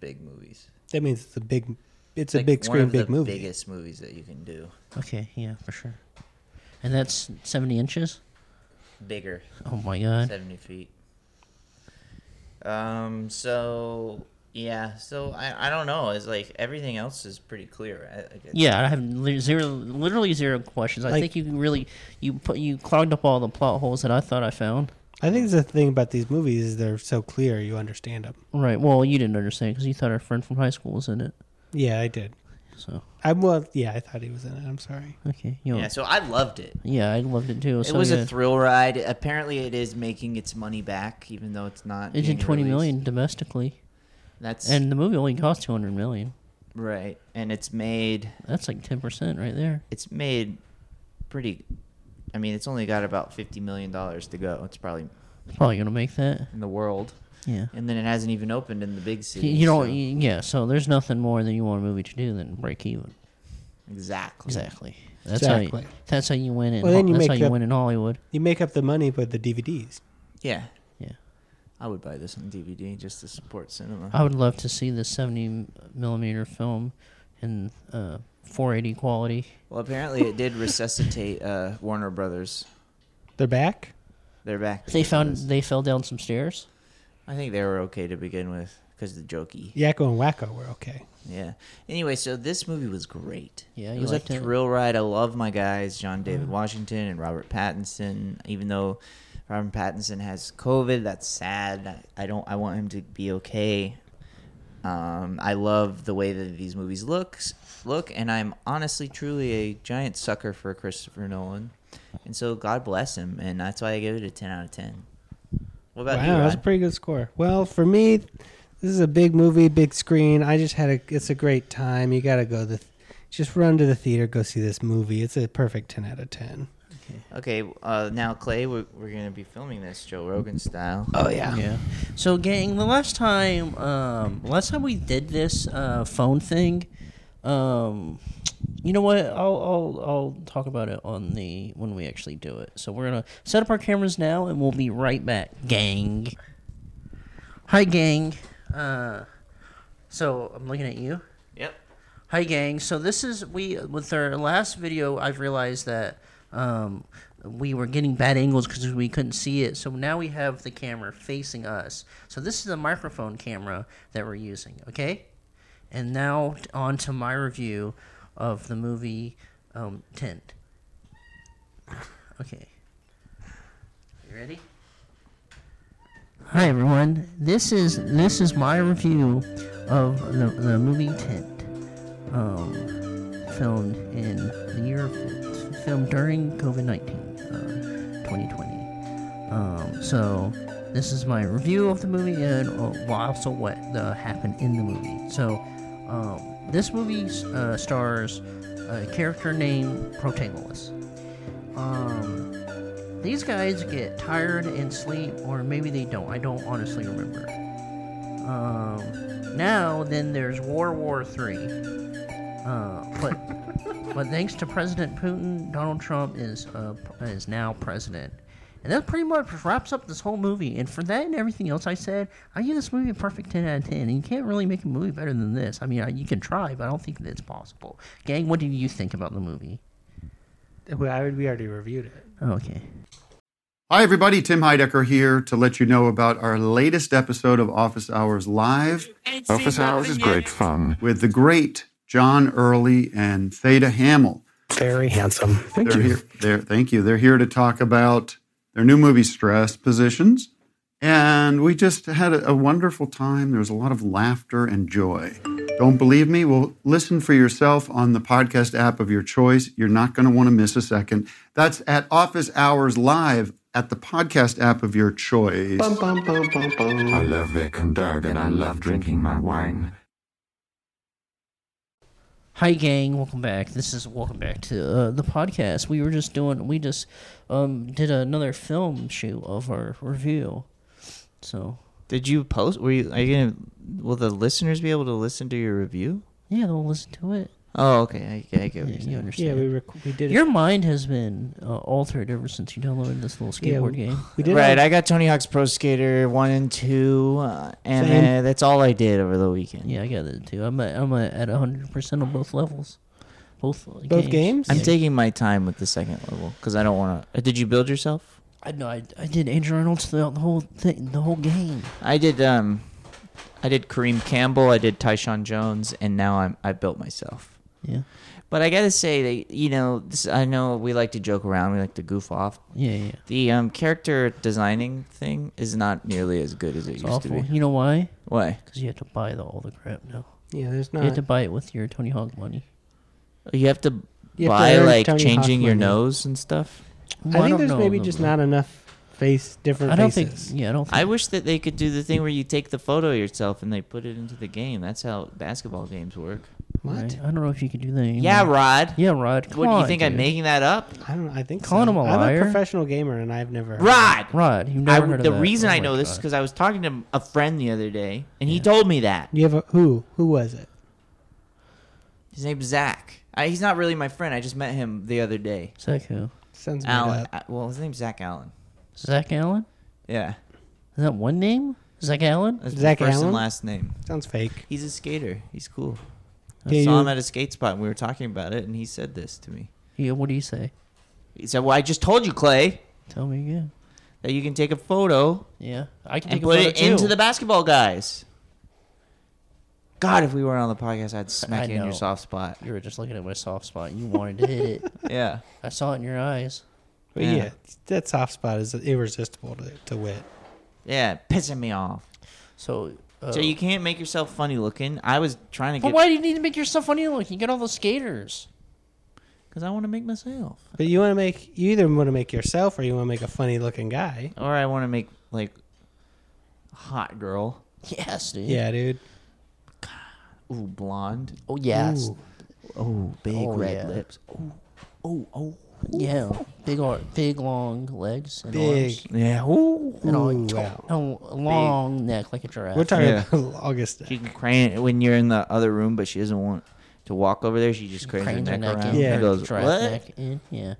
Speaker 3: big movies.
Speaker 4: That means it's a big, it's a
Speaker 3: Like,
Speaker 4: big
Speaker 3: one
Speaker 4: screen,
Speaker 3: of
Speaker 4: big
Speaker 3: the
Speaker 4: movie.
Speaker 3: Biggest movies that you can do.
Speaker 2: Okay, yeah, for sure. And that's seventy inches.
Speaker 3: Bigger,
Speaker 2: Oh my god.
Speaker 3: seventy feet. Um. So yeah. So I I don't know. It's like everything else is pretty clear. I, like, it's-
Speaker 2: Yeah, I have li- zero, literally zero questions. I
Speaker 4: Like-
Speaker 2: think you really you put you clogged up all the plot holes that I thought I found.
Speaker 4: I think the thing about these movies is they're so clear, you understand them.
Speaker 2: Right. Well, you didn't understand because you thought our friend from high school was in it.
Speaker 4: Yeah, I did.
Speaker 2: So
Speaker 4: I'm well. Yeah, I thought he was in it. I'm sorry.
Speaker 2: okay, you
Speaker 3: Yeah. So I loved it.
Speaker 2: yeah, I loved it too.
Speaker 3: It
Speaker 2: so
Speaker 3: was
Speaker 2: yeah.
Speaker 3: a thrill ride. Apparently, it is making its money back, even though it's not.
Speaker 2: It
Speaker 3: being
Speaker 2: did twenty
Speaker 3: released.
Speaker 2: million domestically,
Speaker 3: That's
Speaker 2: and the movie only cost two hundred million.
Speaker 3: right, and it's made.
Speaker 2: That's like ten percent right there.
Speaker 3: It's made pretty. I mean, it's only got about fifty million dollars to go. It's probably
Speaker 2: It's probably gonna make that.
Speaker 3: in the world,
Speaker 2: Yeah.
Speaker 3: and then it hasn't even opened in the big
Speaker 2: You,
Speaker 3: city.
Speaker 2: you don't. e-,
Speaker 3: so-
Speaker 2: you- yeah. So there's nothing more than you want a movie to do than break even.
Speaker 3: exactly.
Speaker 2: Exactly. That's how. You,
Speaker 4: Exactly.
Speaker 2: that's how you win in.
Speaker 4: Well,
Speaker 2: Ho-
Speaker 4: then you
Speaker 2: that's
Speaker 4: make
Speaker 2: how you
Speaker 4: up-
Speaker 2: win in Hollywood.
Speaker 4: You make up the money with the DVDs.
Speaker 3: Yeah,
Speaker 2: Yeah.
Speaker 3: I would buy this on DVD just to support cinema.
Speaker 2: I would love to see the 70 millimeter film in uh, 480 quality.
Speaker 3: Well, apparently, it did resuscitate uh, Warner Brothers.
Speaker 4: They're back.
Speaker 3: They're back.
Speaker 2: They
Speaker 3: because of
Speaker 2: found
Speaker 3: this.
Speaker 2: they fell down some stairs.
Speaker 3: I think they were okay to begin with because of the jokey.
Speaker 4: Yakko and Wacko were okay.
Speaker 3: Yeah. Anyway, so this movie was great.
Speaker 2: Yeah,
Speaker 3: it
Speaker 2: you
Speaker 3: was
Speaker 2: liked
Speaker 3: a
Speaker 2: it? Mm-hmm.
Speaker 3: thrill ride. I love my guys, John David Washington and Robert Pattinson. Even though Robert Pattinson has COVID, that's sad. I don't. I want him to be okay. Um, I love the way that these movies looks look, and I'm honestly, truly a giant sucker for Christopher Nolan. And so God bless him, and that's why I give it a ten out of ten. What about
Speaker 4: wow,
Speaker 3: you?
Speaker 4: that's a
Speaker 3: Rod?
Speaker 4: pretty good score. Well, for me, this is a big movie, big screen. I just had a. It's a great time. You got to go the. Just run to the theater, go see this movie. It's a perfect ten out of ten.
Speaker 3: okay, uh, now Clay, we're, we're gonna be filming this Joe Rogan style.
Speaker 4: Oh yeah.
Speaker 2: Yeah. So, gang, the last time, um, last time we did this uh, phone thing, um, you know what? I'll, I'll I'll talk about it on the when we actually do it. So we're gonna set up our cameras now, and we'll be right back, gang. Hi, gang. Uh, so I'm looking at you.
Speaker 3: Yep.
Speaker 2: Hi, gang. So this is we with our last video. I've realized that um, we were getting bad angles because we couldn't see it. So now we have the camera facing us. So this is the microphone camera that we're using. Okay, and now t- on to my review of the movie um, Tent. Okay, you ready? Hi everyone. This is this is my review of the, the movie Tent um, filmed in the year of, filmed during COVID nineteen, uh, twenty twenty. Um, so this is my review of the movie and uh, well, also what uh, happened in the movie. So um, this movie uh, stars a character named Protagonist. Um, these guys get tired and sleep, or maybe they don't. I don't honestly remember. Um, now then, there's World War Three. Uh, but but thanks to President Putin, Donald Trump is uh, p- is now president, and that pretty much wraps up this whole movie. And for that and everything else I said, I give this movie a perfect ten out of ten. And you can't really make a movie better than this. I mean, I, you can try, but I don't think that's possible. Gang, what do you think about the movie?
Speaker 4: We already reviewed it.
Speaker 2: Okay.
Speaker 5: Hi, everybody. Tim Heidecker here to let you know about our latest episode of Office Hours Live
Speaker 6: Office hours is great fun.
Speaker 5: with the great John Early and Theta Hamill.
Speaker 7: Very handsome. Thank
Speaker 5: they're Here, they're, thank you. They're here to talk about their new movie, Stress Positions. And we just had a, a wonderful time. There was a lot of laughter and joy. Don't believe me? Well, listen for yourself on the podcast app of your choice. You're not going to want to miss a second. That's at Office Hours Live at the podcast app of your choice.
Speaker 6: I love Vic and Doug, and I love drinking my wine.
Speaker 2: Hi, gang. Welcome back. This is welcome back to uh, the podcast. We were just doing. We just um, did another film shoot of our review. So
Speaker 3: Did you post? Were you? Are you gonna? Will the listeners be able to listen to your review?
Speaker 2: yeah, they'll listen to it.
Speaker 3: Oh, okay. I, I
Speaker 2: Yeah,
Speaker 3: get what you're
Speaker 2: you
Speaker 3: saying.
Speaker 2: understand.
Speaker 4: Yeah, we rec- we did.
Speaker 2: Your mind has been uh, altered ever since you downloaded this little
Speaker 4: it. Yeah,
Speaker 2: skateboard game.
Speaker 4: We did.
Speaker 3: right.
Speaker 4: Right.
Speaker 3: I got Tony Hawk's Pro Skater one and two, uh, and
Speaker 4: Same.
Speaker 3: uh, that's all I did over the weekend.
Speaker 2: Yeah, I got it too. I'm at, I'm at at 100% on both levels. Both uh, Both
Speaker 4: games?
Speaker 3: I'm
Speaker 2: Yeah.
Speaker 3: taking my time with the second level because I don't want to. Uh, did you build yourself?
Speaker 2: I know I, I did Andrew Reynolds throughout the whole thing, the whole game.
Speaker 3: I did. Um, I did Kareem Campbell. I did Tyshawn Jones, and now I'm. I built myself.
Speaker 2: Yeah.
Speaker 3: But I gotta say that you know, this, I know we like to joke around. We like to goof off.
Speaker 2: Yeah, yeah.
Speaker 3: The um, character designing thing is not nearly as good as it
Speaker 2: It's
Speaker 3: used to
Speaker 2: awful.
Speaker 3: be.
Speaker 2: You know why?
Speaker 3: Why?
Speaker 2: Cuz you have to buy the, all the crap now.
Speaker 4: Yeah, there's
Speaker 2: You have
Speaker 4: not.
Speaker 2: to buy it with your Tony Hawk money.
Speaker 3: You have to
Speaker 4: You have to
Speaker 3: buy
Speaker 4: earn
Speaker 3: like
Speaker 4: Tony Hawk
Speaker 3: changing your
Speaker 4: money.
Speaker 3: nose and stuff.
Speaker 2: Well,
Speaker 4: I think
Speaker 2: don't
Speaker 4: there's
Speaker 2: know
Speaker 4: maybe
Speaker 2: the-
Speaker 4: just not enough face different.
Speaker 2: I don't
Speaker 4: faces.
Speaker 2: think. Yeah, I don't. Think,
Speaker 3: I wish that they could do the thing where you take the photo of yourself and they put it into the game. That's how basketball games work.
Speaker 4: What?
Speaker 2: right. I don't know if you could do that. Anymore.
Speaker 3: Yeah, Rod.
Speaker 2: Yeah, Rod. Come
Speaker 3: What do you
Speaker 2: on,
Speaker 3: think I'm
Speaker 2: dude.
Speaker 3: making that up?
Speaker 4: I don't. know, I think
Speaker 2: Calling
Speaker 4: so.
Speaker 2: him a
Speaker 4: I'm
Speaker 2: liar?
Speaker 4: a professional gamer, and I've never.
Speaker 3: Rod.
Speaker 2: Rod, you've
Speaker 3: I,
Speaker 2: never heard
Speaker 3: the
Speaker 2: of that.
Speaker 3: reason
Speaker 2: Oh
Speaker 3: I
Speaker 2: my
Speaker 3: know this is
Speaker 2: God.
Speaker 3: because I was talking to a friend the other day, and he told me that
Speaker 4: You have a who? Who was it?
Speaker 3: his name's Zach. I, he's not really my friend. I just met him the other day.
Speaker 2: Zach who?
Speaker 4: Sounds made
Speaker 3: Allen.
Speaker 4: up.
Speaker 3: I- well, his name's Zach Allen.
Speaker 2: Zach Allen?
Speaker 3: Yeah,
Speaker 2: Is that one name? Zach Allen?
Speaker 3: that's
Speaker 4: Zach
Speaker 3: my first
Speaker 4: Allen?
Speaker 3: and last name.
Speaker 4: Sounds fake.
Speaker 3: He's a skater. He's cool.
Speaker 4: Can
Speaker 3: I saw
Speaker 4: you-
Speaker 3: him at a skate spot, and we were talking about it, and he said this to me.
Speaker 2: Yeah, what do you say?
Speaker 3: He said, "Well, I just told you, Clay,
Speaker 2: Tell me again.
Speaker 3: that you can take a photo
Speaker 2: Yeah, I can
Speaker 3: and
Speaker 2: take
Speaker 3: put
Speaker 2: a photo
Speaker 3: it into
Speaker 2: too.
Speaker 3: the basketball guys." God, if we weren't on the podcast, I'd smack
Speaker 2: I
Speaker 3: you in your
Speaker 2: know.
Speaker 3: soft spot.
Speaker 2: You were just looking at my soft spot. You wanted to hit it.
Speaker 3: Yeah.
Speaker 2: I saw it in your eyes.
Speaker 4: But
Speaker 3: Yeah.
Speaker 4: yeah. that soft spot is irresistible to, to wit.
Speaker 3: Yeah, pissing me off.
Speaker 2: So, uh,
Speaker 3: So you can't make yourself funny looking. I was trying to
Speaker 2: but
Speaker 3: get
Speaker 2: why do you need to make yourself funny looking? Get all those skaters.
Speaker 3: because I want to make myself,
Speaker 4: But you want to make you either want to make yourself or you want to make a funny looking guy.
Speaker 3: or I want to make like a hot girl,
Speaker 2: Yes, dude.
Speaker 4: Yeah, dude.
Speaker 3: ooh blonde,
Speaker 2: Oh yes.
Speaker 4: Ooh.
Speaker 3: ooh big
Speaker 2: Oh,
Speaker 3: red
Speaker 2: yeah.
Speaker 3: lips, ooh oh oh
Speaker 2: Yeah. Big ar- big long legs and
Speaker 4: Big.
Speaker 2: arms.
Speaker 3: yeah ooh.
Speaker 2: And all
Speaker 4: Ooh,
Speaker 2: like,
Speaker 4: wow.
Speaker 2: no, a long neck like a giraffe.
Speaker 4: We're talking
Speaker 3: Yeah.
Speaker 4: about August.
Speaker 3: She can crane it when you're in the other room, but she doesn't want to walk over there. She just cranes,
Speaker 2: Cranes
Speaker 3: her neck, around.
Speaker 2: in,
Speaker 3: and
Speaker 4: Yeah.
Speaker 2: turns
Speaker 3: goes
Speaker 2: the giraffe
Speaker 3: what?
Speaker 2: neck in. Yeah.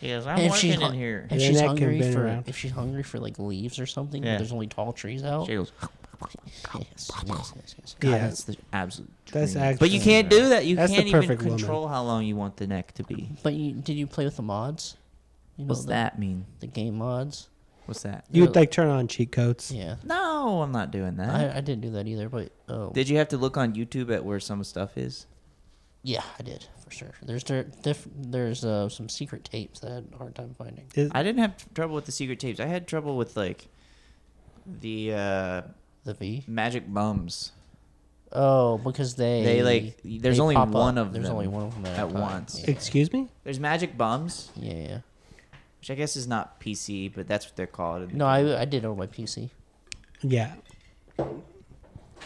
Speaker 3: She goes,
Speaker 2: And
Speaker 3: I'm
Speaker 2: if she's
Speaker 3: working in
Speaker 2: hun-
Speaker 3: here.
Speaker 2: If
Speaker 4: Your
Speaker 2: she's
Speaker 4: neck can
Speaker 2: hungry
Speaker 4: bend
Speaker 2: for
Speaker 4: around.
Speaker 2: if she's hungry for like leaves or something, but
Speaker 3: Yeah.
Speaker 2: there's only tall trees out.
Speaker 3: She goes,
Speaker 2: Yes, yes, yes, yes.
Speaker 3: God,
Speaker 4: Yeah.
Speaker 3: that's the absolute.
Speaker 4: That's
Speaker 3: dream.
Speaker 4: actually-
Speaker 3: But you can't do that. You
Speaker 4: That's the
Speaker 3: can't even
Speaker 4: perfect woman.
Speaker 3: control how long you want the neck to be.
Speaker 2: But you, did you play with the mods? You know,
Speaker 3: What's
Speaker 2: the-
Speaker 3: that mean?
Speaker 2: The game mods.
Speaker 3: What's that?
Speaker 4: You'd like turn on cheat codes.
Speaker 2: Yeah,
Speaker 3: No, I'm not doing that.
Speaker 2: I, I didn't do that either. But um,
Speaker 3: Did you have to look on YouTube at where some stuff is?
Speaker 2: yeah, I did for sure. There's there, diff, there's uh, some secret tapes that I had a hard time finding.
Speaker 4: Is-
Speaker 3: I didn't have trouble with the secret tapes. I had trouble with like the uh,
Speaker 2: The V.
Speaker 3: magic bums.
Speaker 2: Oh, because they
Speaker 3: They like there's
Speaker 2: they
Speaker 3: only
Speaker 2: pop up.
Speaker 3: one of
Speaker 2: there's
Speaker 3: them.
Speaker 2: only one of them at, a
Speaker 3: at
Speaker 2: time.
Speaker 3: once.
Speaker 2: Yeah.
Speaker 4: Excuse me.
Speaker 3: There's magic bums,
Speaker 2: yeah, yeah.
Speaker 3: which I guess is not PC, but that's what they're called. in the
Speaker 2: No,
Speaker 3: game.
Speaker 2: I I did it on my PC.
Speaker 4: Yeah.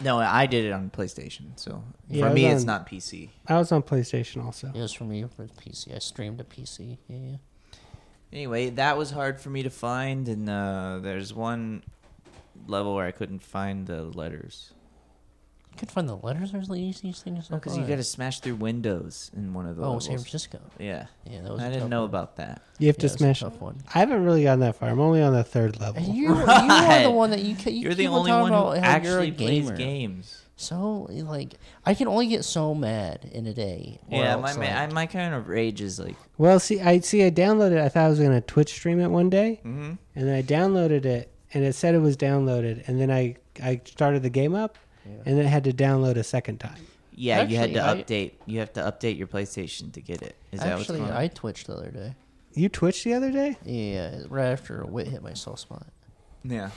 Speaker 3: no, I did it on PlayStation. So
Speaker 4: Yeah,
Speaker 3: for
Speaker 4: I
Speaker 3: me,
Speaker 4: was
Speaker 3: it's
Speaker 4: on-
Speaker 3: not PC.
Speaker 4: I was on PlayStation also.
Speaker 2: It was for me for PC. I streamed a PC. Yeah, yeah.
Speaker 3: Anyway, that was hard for me to find, and uh, there's one level where I couldn't find the letters.
Speaker 2: You could find the letters. There's the easiest thing to
Speaker 3: Oh, because you got to smash through windows in one of the
Speaker 2: Oh,
Speaker 3: levels.
Speaker 2: San Francisco.
Speaker 3: Yeah.
Speaker 2: Yeah, that was.
Speaker 3: I
Speaker 2: a
Speaker 3: didn't
Speaker 2: tough
Speaker 3: know
Speaker 2: one.
Speaker 3: about that.
Speaker 4: You have
Speaker 2: Yeah,
Speaker 4: to
Speaker 2: it's a
Speaker 4: smash.
Speaker 2: tough one.
Speaker 4: I haven't really gotten that far. I'm only on the third level.
Speaker 2: And you, you are the one that you, ca- you
Speaker 3: You're the
Speaker 2: keep on
Speaker 3: only
Speaker 2: talking about
Speaker 3: one who
Speaker 2: how you're a
Speaker 3: actually plays
Speaker 2: gamer.
Speaker 3: games.
Speaker 2: So like, I can only get so mad in a day. or
Speaker 3: Yeah,
Speaker 2: else,
Speaker 3: my,
Speaker 2: like,
Speaker 3: my, my kind of rage is like,
Speaker 4: Well, see, I see. I downloaded. I thought I was gonna Twitch stream it one day, mm-hmm. and then I downloaded it, and it said it was downloaded, and then I I started the game up, and then I had to download a second time.
Speaker 3: yeah, you had
Speaker 2: Actually,
Speaker 3: to
Speaker 2: I-
Speaker 3: update. You have to update your PlayStation to get it. Is that what's
Speaker 2: actually,
Speaker 3: going on?
Speaker 2: I twitched the other day.
Speaker 4: You Twitched the other day?
Speaker 2: Yeah, right after a wit hit my soft spot.
Speaker 3: Yeah.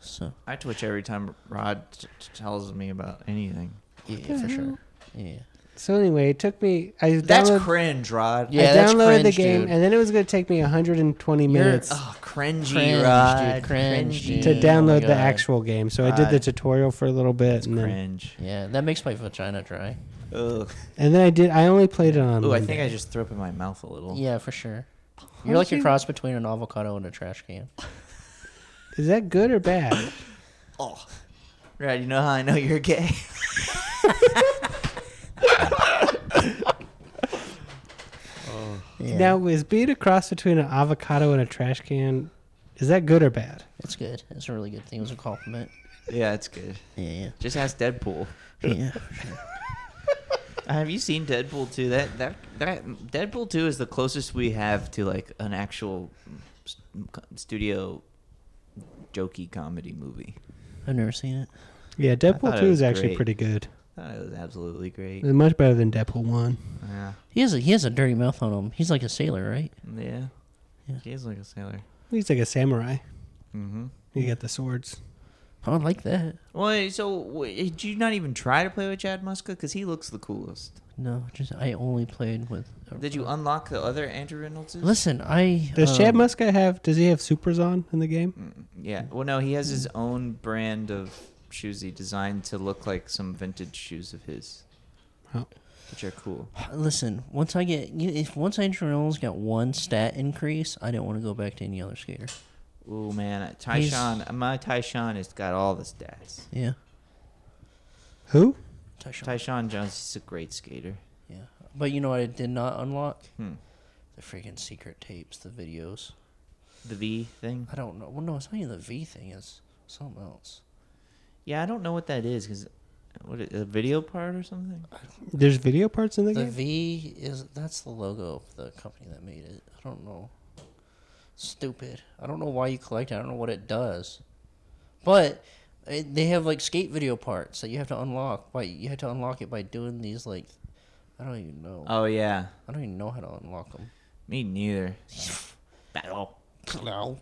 Speaker 2: So
Speaker 3: I twitch every time Rod t- t- tells me about anything.
Speaker 2: yeah, for sure. Yeah,
Speaker 4: So anyway, it took me. I
Speaker 3: That's
Speaker 4: download-
Speaker 3: cringe, Rod.
Speaker 2: Yeah.
Speaker 4: I
Speaker 2: that's
Speaker 4: downloaded the
Speaker 2: cringe,
Speaker 4: game,
Speaker 2: dude.
Speaker 4: and then it was gonna take me 120 minutes.
Speaker 3: Oh, cringy,
Speaker 2: Cringe,
Speaker 3: Rod.
Speaker 2: dude, cringe,
Speaker 3: Cringy.
Speaker 4: to
Speaker 2: dude. Oh my
Speaker 4: download the
Speaker 2: God.
Speaker 4: actual game. So I did the
Speaker 3: God.
Speaker 4: tutorial for a little bit, and then,
Speaker 3: Cringe.
Speaker 2: yeah, that makes my vagina dry.
Speaker 3: Ugh.
Speaker 4: and then I did. I only played it on.
Speaker 3: Ooh, I
Speaker 4: Monday.
Speaker 3: think I just threw up in my mouth a little.
Speaker 2: Yeah, for sure. You're like a cross between an avocado and a trash can.
Speaker 4: Is that good or bad?
Speaker 3: Oh. Rod, you know how I know you're gay?
Speaker 2: Yeah,
Speaker 4: Now is being a cross between an avocado and a trash can. Is that good or bad?
Speaker 2: it's good. It's a really good thing. It was a compliment.
Speaker 3: yeah, it's good.
Speaker 2: Yeah,
Speaker 3: Just ask Deadpool.
Speaker 2: yeah, yeah. for sure.
Speaker 3: Have you seen Deadpool 2? That that that Deadpool 2 is the closest we have to like an actual s- studio jokey comedy movie.
Speaker 2: I've never seen it.
Speaker 4: Yeah,
Speaker 3: thought
Speaker 4: Deadpool
Speaker 3: it
Speaker 4: two
Speaker 3: was
Speaker 4: is actually
Speaker 3: great.
Speaker 4: pretty good.
Speaker 3: I thought it was absolutely great.
Speaker 4: It's much better than Deadpool one.
Speaker 3: Yeah.
Speaker 2: He has a, he has a dirty mouth on him. He's like a sailor, right?
Speaker 3: Yeah.
Speaker 2: Yeah.
Speaker 3: He is like a sailor.
Speaker 4: He's like a samurai.
Speaker 3: Mm-hmm.
Speaker 4: You got the swords.
Speaker 2: I would like that.
Speaker 3: Well, so wh- did you not even try to play with Chad Muska? Because he looks the coolest.
Speaker 2: No, just I only played with.
Speaker 3: Did you unlock the other Andrew Reynolds?
Speaker 2: Oh, Listen, I
Speaker 4: Does
Speaker 2: um,
Speaker 4: Chad Muska have? Does he have supers on in the game?
Speaker 3: Mm, Yeah. Well, no, he has his own brand of shoes he designed to look like some vintage shoes of his,
Speaker 4: Oh.
Speaker 3: which are cool.
Speaker 2: listen. Once I get you, if once Andrew Reynolds got one stat increase, I don't want to go back to any other skater.
Speaker 3: Ooh man, uh,
Speaker 2: He's-
Speaker 3: Tyshawn, my Tyshawn has got all the stats.
Speaker 2: Yeah,
Speaker 4: Who?
Speaker 2: Tyshawn.
Speaker 3: Tyshawn Jones is a great skater.
Speaker 2: yeah, but you know what I did not unlock
Speaker 3: Hmm.
Speaker 2: the freaking secret tapes, the videos.
Speaker 3: The V thing.
Speaker 2: I don't know. Well, no, it's not even the V thing. It's something else.
Speaker 3: Yeah, I don't know what that is because what is- a video part or something.
Speaker 4: There's video parts in the
Speaker 2: The
Speaker 4: game.
Speaker 2: V is that's the logo of the company that made it. I don't know. Stupid. I don't know why you collect it. I don't know what it does. But Uh, They have like skate video parts that you have to unlock. By you have to unlock it by doing these like, I don't even know.
Speaker 3: Oh yeah,
Speaker 2: I don't even know how to unlock them.
Speaker 3: me neither. Battle. Uh,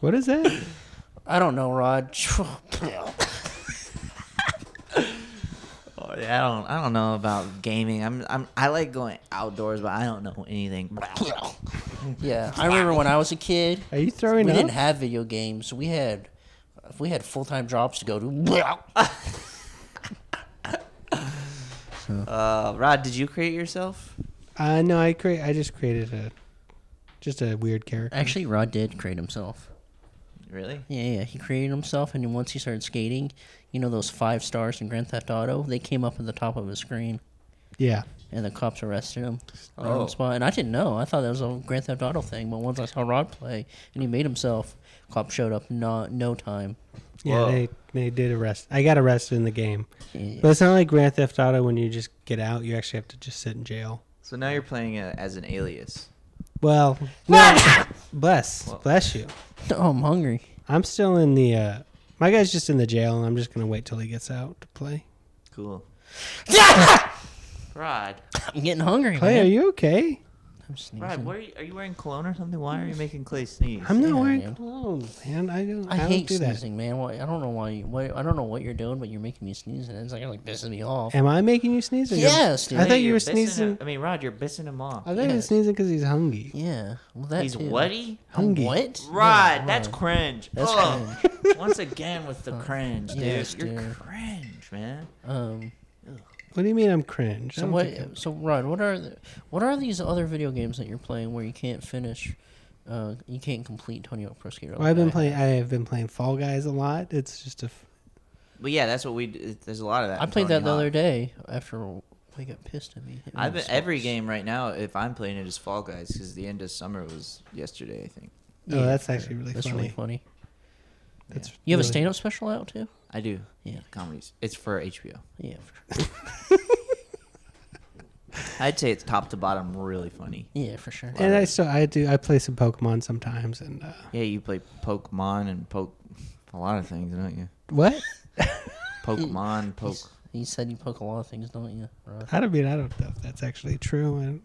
Speaker 4: What is that?
Speaker 2: I don't know, Rod.
Speaker 3: Oh, yeah, I don't. I don't know about gaming. I'm. I'm. I like going outdoors, but I don't know anything.
Speaker 2: yeah, I remember when I was a kid.
Speaker 4: Are you throwing
Speaker 2: we
Speaker 4: up?
Speaker 2: didn't have video games. We had we had full time jobs to go to.
Speaker 3: Uh, Rod, did you create yourself?
Speaker 4: uh, no, I create. I just created a, just a weird character.
Speaker 2: Actually, Rod did create himself.
Speaker 3: Really?
Speaker 2: Yeah, yeah, he created himself, and then once he started skating, you know those five stars in Grand Theft Auto, they came up at the top of his screen,
Speaker 4: Yeah.
Speaker 2: and the cops arrested him. right on
Speaker 3: Oh.
Speaker 2: the spot. And I didn't know. I thought that was a Grand Theft Auto thing, but once I saw Rod play, and he made himself, cops showed up. No, no time.
Speaker 4: Yeah,
Speaker 3: Whoa.
Speaker 4: they, they did arrest. I got arrested in the game, but it's not like Grand Theft Auto when you just get out. You actually have to just sit in jail.
Speaker 3: So now you're playing uh as an alias.
Speaker 4: Well, no, bless, bless you.
Speaker 2: Oh, I'm hungry.
Speaker 4: I'm still in the. Uh, my guy's just in the jail, and I'm just gonna wait till he gets out to play.
Speaker 3: Cool. Rod,
Speaker 2: I'm getting hungry,
Speaker 4: Clay, are
Speaker 2: man.
Speaker 4: you okay?
Speaker 2: I'm sneezing.
Speaker 3: Rod, what are you, are you wearing cologne or something? Why are you making Clay sneeze?
Speaker 4: I'm not
Speaker 2: man.
Speaker 4: wearing cologne, man. I don't.
Speaker 2: I,
Speaker 4: I,
Speaker 2: hate
Speaker 4: don't do that.
Speaker 2: sneezing, man. Why, I don't know why. You, why. I don't know what you're doing, but you're making me sneeze, and it's like you're like pissing me off.
Speaker 4: Am I making you sneeze? or you're-
Speaker 2: Yes, dude.
Speaker 4: I thought you
Speaker 3: You're
Speaker 4: were
Speaker 3: pissing him-
Speaker 4: sneezing.
Speaker 3: I mean, Rod, you're pissing him off.
Speaker 4: I thought you were
Speaker 2: Yes.
Speaker 4: sneezing because he's hungry.
Speaker 2: Yeah. Well, that
Speaker 3: He's
Speaker 2: too.
Speaker 3: whatty.
Speaker 2: I'm
Speaker 4: Hungy.
Speaker 2: what?
Speaker 3: Rod, that's cringe.
Speaker 2: That's
Speaker 3: Ugh. Once again with the cringe, dude.
Speaker 2: yes,
Speaker 3: You're
Speaker 2: dude.
Speaker 3: cringe, man.
Speaker 2: Um.
Speaker 4: What do you mean I'm cringe?
Speaker 2: So
Speaker 4: I don't
Speaker 2: what?
Speaker 4: think I'm-
Speaker 2: So Rod, what are the, what are these other video games that you're playing where you can't finish? Uh, you can't complete Tony Hawk Pro Skater.
Speaker 4: Well, I've been
Speaker 2: like I
Speaker 4: playing.
Speaker 2: have?
Speaker 4: I have been playing Fall Guys a lot. It's just a. f-
Speaker 3: But yeah, that's what we. d- There's a lot of that.
Speaker 2: I
Speaker 3: in
Speaker 2: played
Speaker 3: Tony
Speaker 2: that the other
Speaker 3: Hawk.
Speaker 2: day after they got pissed at me. Hit me
Speaker 3: I've
Speaker 2: with a
Speaker 3: been every
Speaker 2: socks.
Speaker 3: game right now. If I'm playing it is Fall Guys because the end of summer was yesterday, I think.
Speaker 4: oh, that's actually really
Speaker 2: That's
Speaker 4: funny.
Speaker 2: really funny.
Speaker 4: That's
Speaker 2: You have a
Speaker 4: really-
Speaker 2: stand-up special out too?
Speaker 3: I do.
Speaker 2: Yeah.
Speaker 3: comedies. It's for HBO.
Speaker 2: Yeah. for-
Speaker 3: I'd say it's top to bottom really funny.
Speaker 2: Yeah, for sure.
Speaker 4: And I so I do. I play some Pokemon sometimes. And uh,
Speaker 3: Yeah, you play Pokemon and poke a lot of things, don't you?
Speaker 4: what?
Speaker 3: Pokemon, poke.
Speaker 2: You said you poke a lot of things, don't you? Rod?
Speaker 4: I don't mean. I don't know if that's actually true. And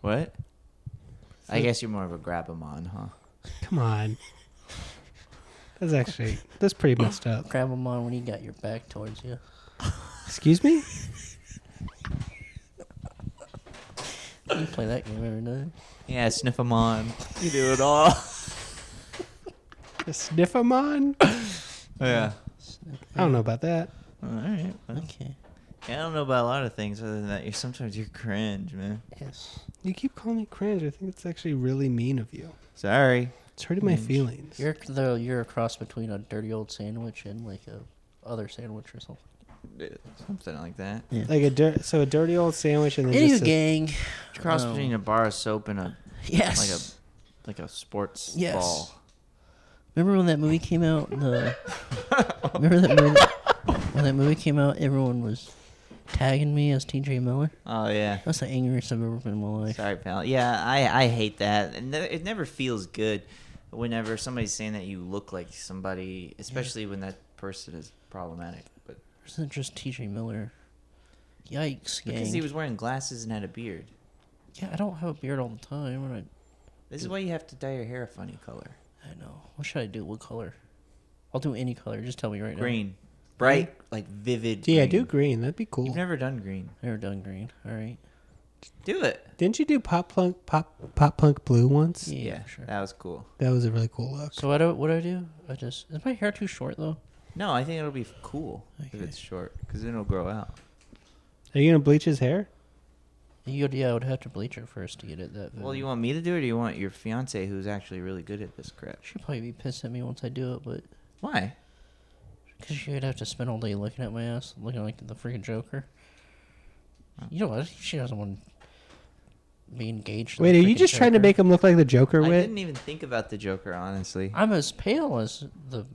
Speaker 3: What? I guess you're more of a grabamon, huh?
Speaker 4: come on, that's actually that's pretty messed up.
Speaker 2: Grab him on when he got your back towards you.
Speaker 4: Excuse me.
Speaker 2: You play that game every day.
Speaker 3: Yeah, sniff 'em on. You do it all.
Speaker 4: A Sniffamon?
Speaker 3: yeah.
Speaker 4: I don't know about that.
Speaker 3: All right. well,
Speaker 2: Okay.
Speaker 3: I don't know about a lot of things other than that. You're sometimes you're cringe, man.
Speaker 2: Yes.
Speaker 4: You keep calling me cringe. I think it's actually really mean of you.
Speaker 3: Sorry.
Speaker 4: It's hurting my feelings.
Speaker 2: You're though you're a cross between a dirty old sandwich and like a other sandwich or something.
Speaker 3: Something like that.
Speaker 4: like a dirt, so a dirty old sandwich and then
Speaker 2: Anywho,
Speaker 4: just a,
Speaker 2: gang.
Speaker 3: It's a cross
Speaker 2: Um,
Speaker 3: between a bar of soap and a like a
Speaker 2: Yes.
Speaker 3: like a sports
Speaker 2: Yes.
Speaker 3: ball.
Speaker 2: remember when that movie came out? The remember that movie when that movie came out. Everyone was tagging me as T.J. Miller.
Speaker 3: Oh yeah.
Speaker 2: That's the angriest I've ever been in my life.
Speaker 3: Sorry, pal. Yeah, I, I hate that. And ne- it never feels good whenever somebody's saying that you look like somebody, especially when that person is problematic. But
Speaker 2: Isn't it just T.J. Miller? Yikes, gang.
Speaker 3: because he was wearing glasses and had a beard,
Speaker 2: yeah, I don't have a beard all the time. and
Speaker 3: this is why you have to dye your hair a funny color.
Speaker 2: I, I know. What should I do? What color? I'll do any color. Just tell me right now.
Speaker 3: Green, bright, like vivid.
Speaker 4: yeah,
Speaker 3: green.
Speaker 4: do green. That'd be cool.
Speaker 3: You've never done green.
Speaker 2: Never done green. All right.
Speaker 3: Do it.
Speaker 4: Didn't you do pop punk pop pop punk blue once?
Speaker 2: Yeah,
Speaker 3: Yeah,
Speaker 2: for sure.
Speaker 3: that was cool.
Speaker 4: That was a really cool look.
Speaker 2: So what do what do I do? I just is my hair too short though?
Speaker 3: No, I think it'll be cool if it's short because then it'll grow out.
Speaker 4: Are you gonna bleach his hair?
Speaker 2: You yeah, I would have to bleach it first to get it that.
Speaker 3: Well,
Speaker 2: vivid.
Speaker 3: you want me to do it, or you want your fiance, who's actually really good at this crap?
Speaker 2: she'd probably be pissed at me once I do it, but
Speaker 3: Why?
Speaker 2: because she would have to spend all day looking at my ass, looking like the freaking Joker. You know what? She doesn't want to be engaged. to
Speaker 4: Wait,
Speaker 2: the
Speaker 4: are you
Speaker 2: freaking
Speaker 4: just trying to
Speaker 2: Joker.
Speaker 4: make him look like the Joker?
Speaker 3: I
Speaker 4: With
Speaker 3: didn't even think about the Joker, honestly.
Speaker 2: I'm as pale as the.
Speaker 3: Oh,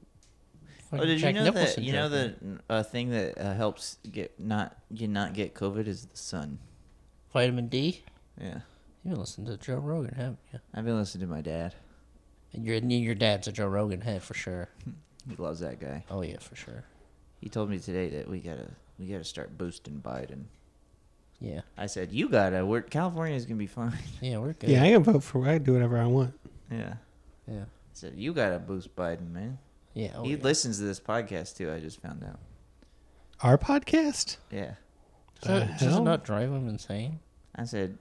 Speaker 2: fucking
Speaker 3: did you
Speaker 2: Jack
Speaker 3: know
Speaker 2: Nicholson
Speaker 3: that? You know
Speaker 2: Joker.
Speaker 3: the uh, thing that uh, helps get not you not get COVID is the sun.
Speaker 2: vitamin D.
Speaker 3: Yeah,
Speaker 2: You listen to Joe Rogan, haven't you?
Speaker 3: I've been listening to my dad.
Speaker 2: And your and your dad's a Joe Rogan head for sure.
Speaker 3: He loves that guy.
Speaker 2: Oh yeah, for sure.
Speaker 3: He told me today that we gotta we gotta start boosting Biden.
Speaker 2: Yeah,
Speaker 3: I said you gotta. We're, California's gonna be fine.
Speaker 2: yeah, we're good.
Speaker 4: Yeah, I can vote for. I can do whatever I want.
Speaker 3: yeah.
Speaker 2: yeah,
Speaker 3: I said you gotta boost Biden, man.
Speaker 2: yeah. oh,
Speaker 3: he
Speaker 2: yeah.
Speaker 3: listens to this podcast too. I just found out.
Speaker 4: Our podcast.
Speaker 3: Yeah.
Speaker 2: Does that- does it
Speaker 4: hell?
Speaker 2: not drive him insane?
Speaker 3: I said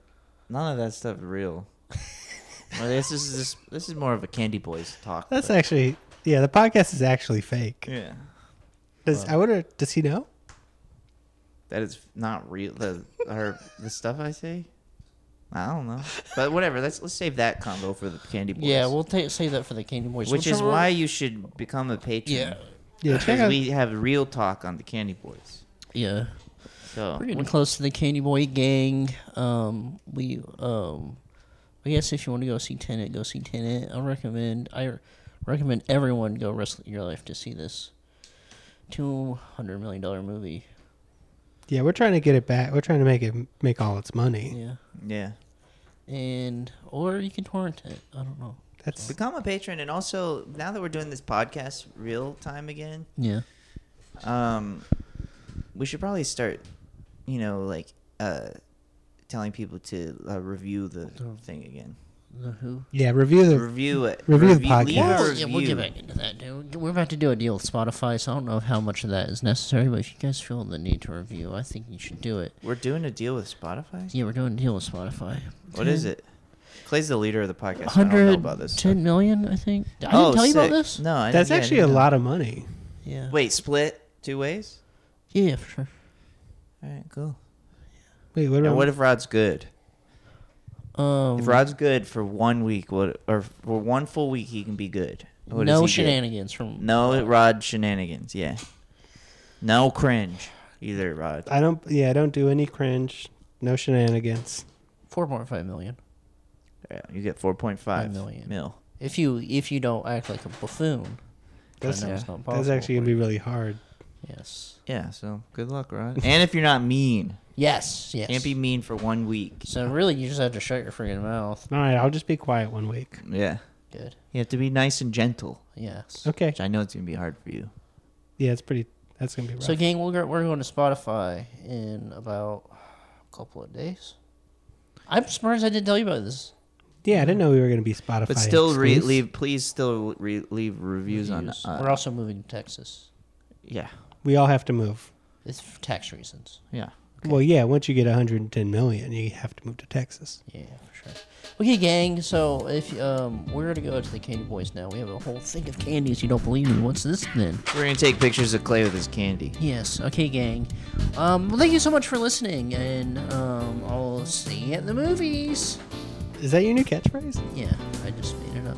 Speaker 3: none of that stuff is real. well, this is this, this is more of a Candy Boys talk.
Speaker 4: That's
Speaker 3: but-
Speaker 4: actually. Yeah, the podcast is actually fake.
Speaker 3: yeah.
Speaker 4: Does I wonder? Does he know?
Speaker 3: That is not real. The or the stuff I say. I don't know, but whatever. Let's let's save that combo for the Candy Boys.
Speaker 2: Yeah, we'll ta say that for the Candy Boys,
Speaker 3: which
Speaker 2: We'll
Speaker 3: is
Speaker 2: try-
Speaker 3: why you should become a patron.
Speaker 2: Yeah,
Speaker 4: Yeah, check
Speaker 3: Because
Speaker 4: out.
Speaker 3: we have real talk on the Candy Boys.
Speaker 2: yeah.
Speaker 3: So
Speaker 2: We're getting close to the Candy Boy gang. Um, we um, I guess if you want to go see Tenet, go see Tenet. I recommend I recommend everyone go risk your life to see this two hundred million dollar movie.
Speaker 4: Yeah, we're trying to get it back. We're trying to make it make all its money.
Speaker 2: Yeah,
Speaker 3: yeah,
Speaker 2: and or you can torrent it. I don't know.
Speaker 4: That's
Speaker 3: become a patron, and also now that we're doing this podcast real time again,
Speaker 2: Yeah,
Speaker 3: um, we should probably start, you know, like uh, telling people to uh, review the thing again.
Speaker 2: the Who.
Speaker 4: yeah. Review Oh. the.
Speaker 3: Review it.
Speaker 4: Review the
Speaker 3: leave a
Speaker 4: podcast.
Speaker 2: We'll, yeah, we'll
Speaker 3: review.
Speaker 2: get back into that, dude. We're about to do a deal with Spotify, so I don't know how much of that is necessary, but if you guys feel the need to review, I think you should do it.
Speaker 3: We're doing a deal with Spotify.
Speaker 2: Yeah, we're doing a deal with Spotify.
Speaker 3: What is it? Clay's the leader of the podcast. so I don't know about this. Oh,
Speaker 2: 110 million, I think. I didn't tell you about
Speaker 3: sick.
Speaker 2: this?
Speaker 3: No, I
Speaker 4: That's
Speaker 3: yeah, I
Speaker 4: actually a
Speaker 3: didn't know.
Speaker 4: lot of money.
Speaker 2: Yeah.
Speaker 3: Wait, split two ways.
Speaker 2: Yeah, yeah, for sure.
Speaker 3: All right, cool.
Speaker 4: Wait, what?
Speaker 3: And
Speaker 4: about-
Speaker 3: what if Rod's good?
Speaker 2: Um,
Speaker 3: If Rod's good for one week, what or for one full week, he can be good. What is
Speaker 2: no
Speaker 3: he good?
Speaker 2: shenanigans from.
Speaker 3: No Rod shenanigans. Yeah. No cringe either, Rod.
Speaker 4: I don't. Yeah, I don't do any cringe. No shenanigans.
Speaker 2: 4.5 million.
Speaker 3: Yeah, you get four point five
Speaker 2: Five million.
Speaker 3: mil.
Speaker 2: If you if you don't act like a buffoon,
Speaker 4: That's,
Speaker 2: I know it's not possible.
Speaker 4: that's actually gonna be really hard.
Speaker 2: Yes.
Speaker 3: Yeah. So good luck, Rod. and if you're not mean,
Speaker 2: Yes, yes.
Speaker 3: can't be mean for one week.
Speaker 2: So really, you just have to shut your freaking mouth.
Speaker 4: All right, I'll just be quiet one week.
Speaker 3: Yeah.
Speaker 2: Good.
Speaker 3: You have to be nice and gentle,
Speaker 2: Yes.
Speaker 4: Okay.
Speaker 3: which I know it's gonna be hard for you.
Speaker 4: Yeah, it's pretty. That's gonna be rough.
Speaker 2: So, gang, we're, go- we're going to Spotify in about a couple of days. I'm surprised I didn't tell you about this.
Speaker 4: yeah, I didn't know we were gonna be Spotify.
Speaker 3: mm-hmm. But still, re-
Speaker 4: exclusive.
Speaker 3: leave please still re- leave reviews,
Speaker 2: Reviews.
Speaker 3: on.
Speaker 2: we're
Speaker 3: Uh,
Speaker 2: also moving to Texas.
Speaker 3: yeah.
Speaker 4: We all have to move.
Speaker 2: It's for tax reasons.
Speaker 3: Yeah.
Speaker 4: Well, yeah. Once you get 110 million, you have to move to Texas.
Speaker 2: Yeah, for sure. Okay, gang. So if um, we're gonna go to the Candy Boys now. We have a whole thing of candies. You don't believe me? What's this then?
Speaker 3: We're gonna take pictures of Clay with his candy.
Speaker 2: Yes. Okay, gang. Um, well, thank you so much for listening, and um, I'll see you at the movies.
Speaker 4: Is that your new catchphrase?
Speaker 2: Yeah, I just made it up.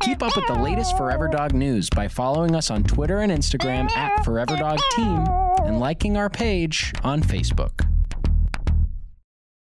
Speaker 8: Keep up with the latest Forever Dog news by following us on Twitter and Instagram at Forever Dog Team and liking our page on Facebook.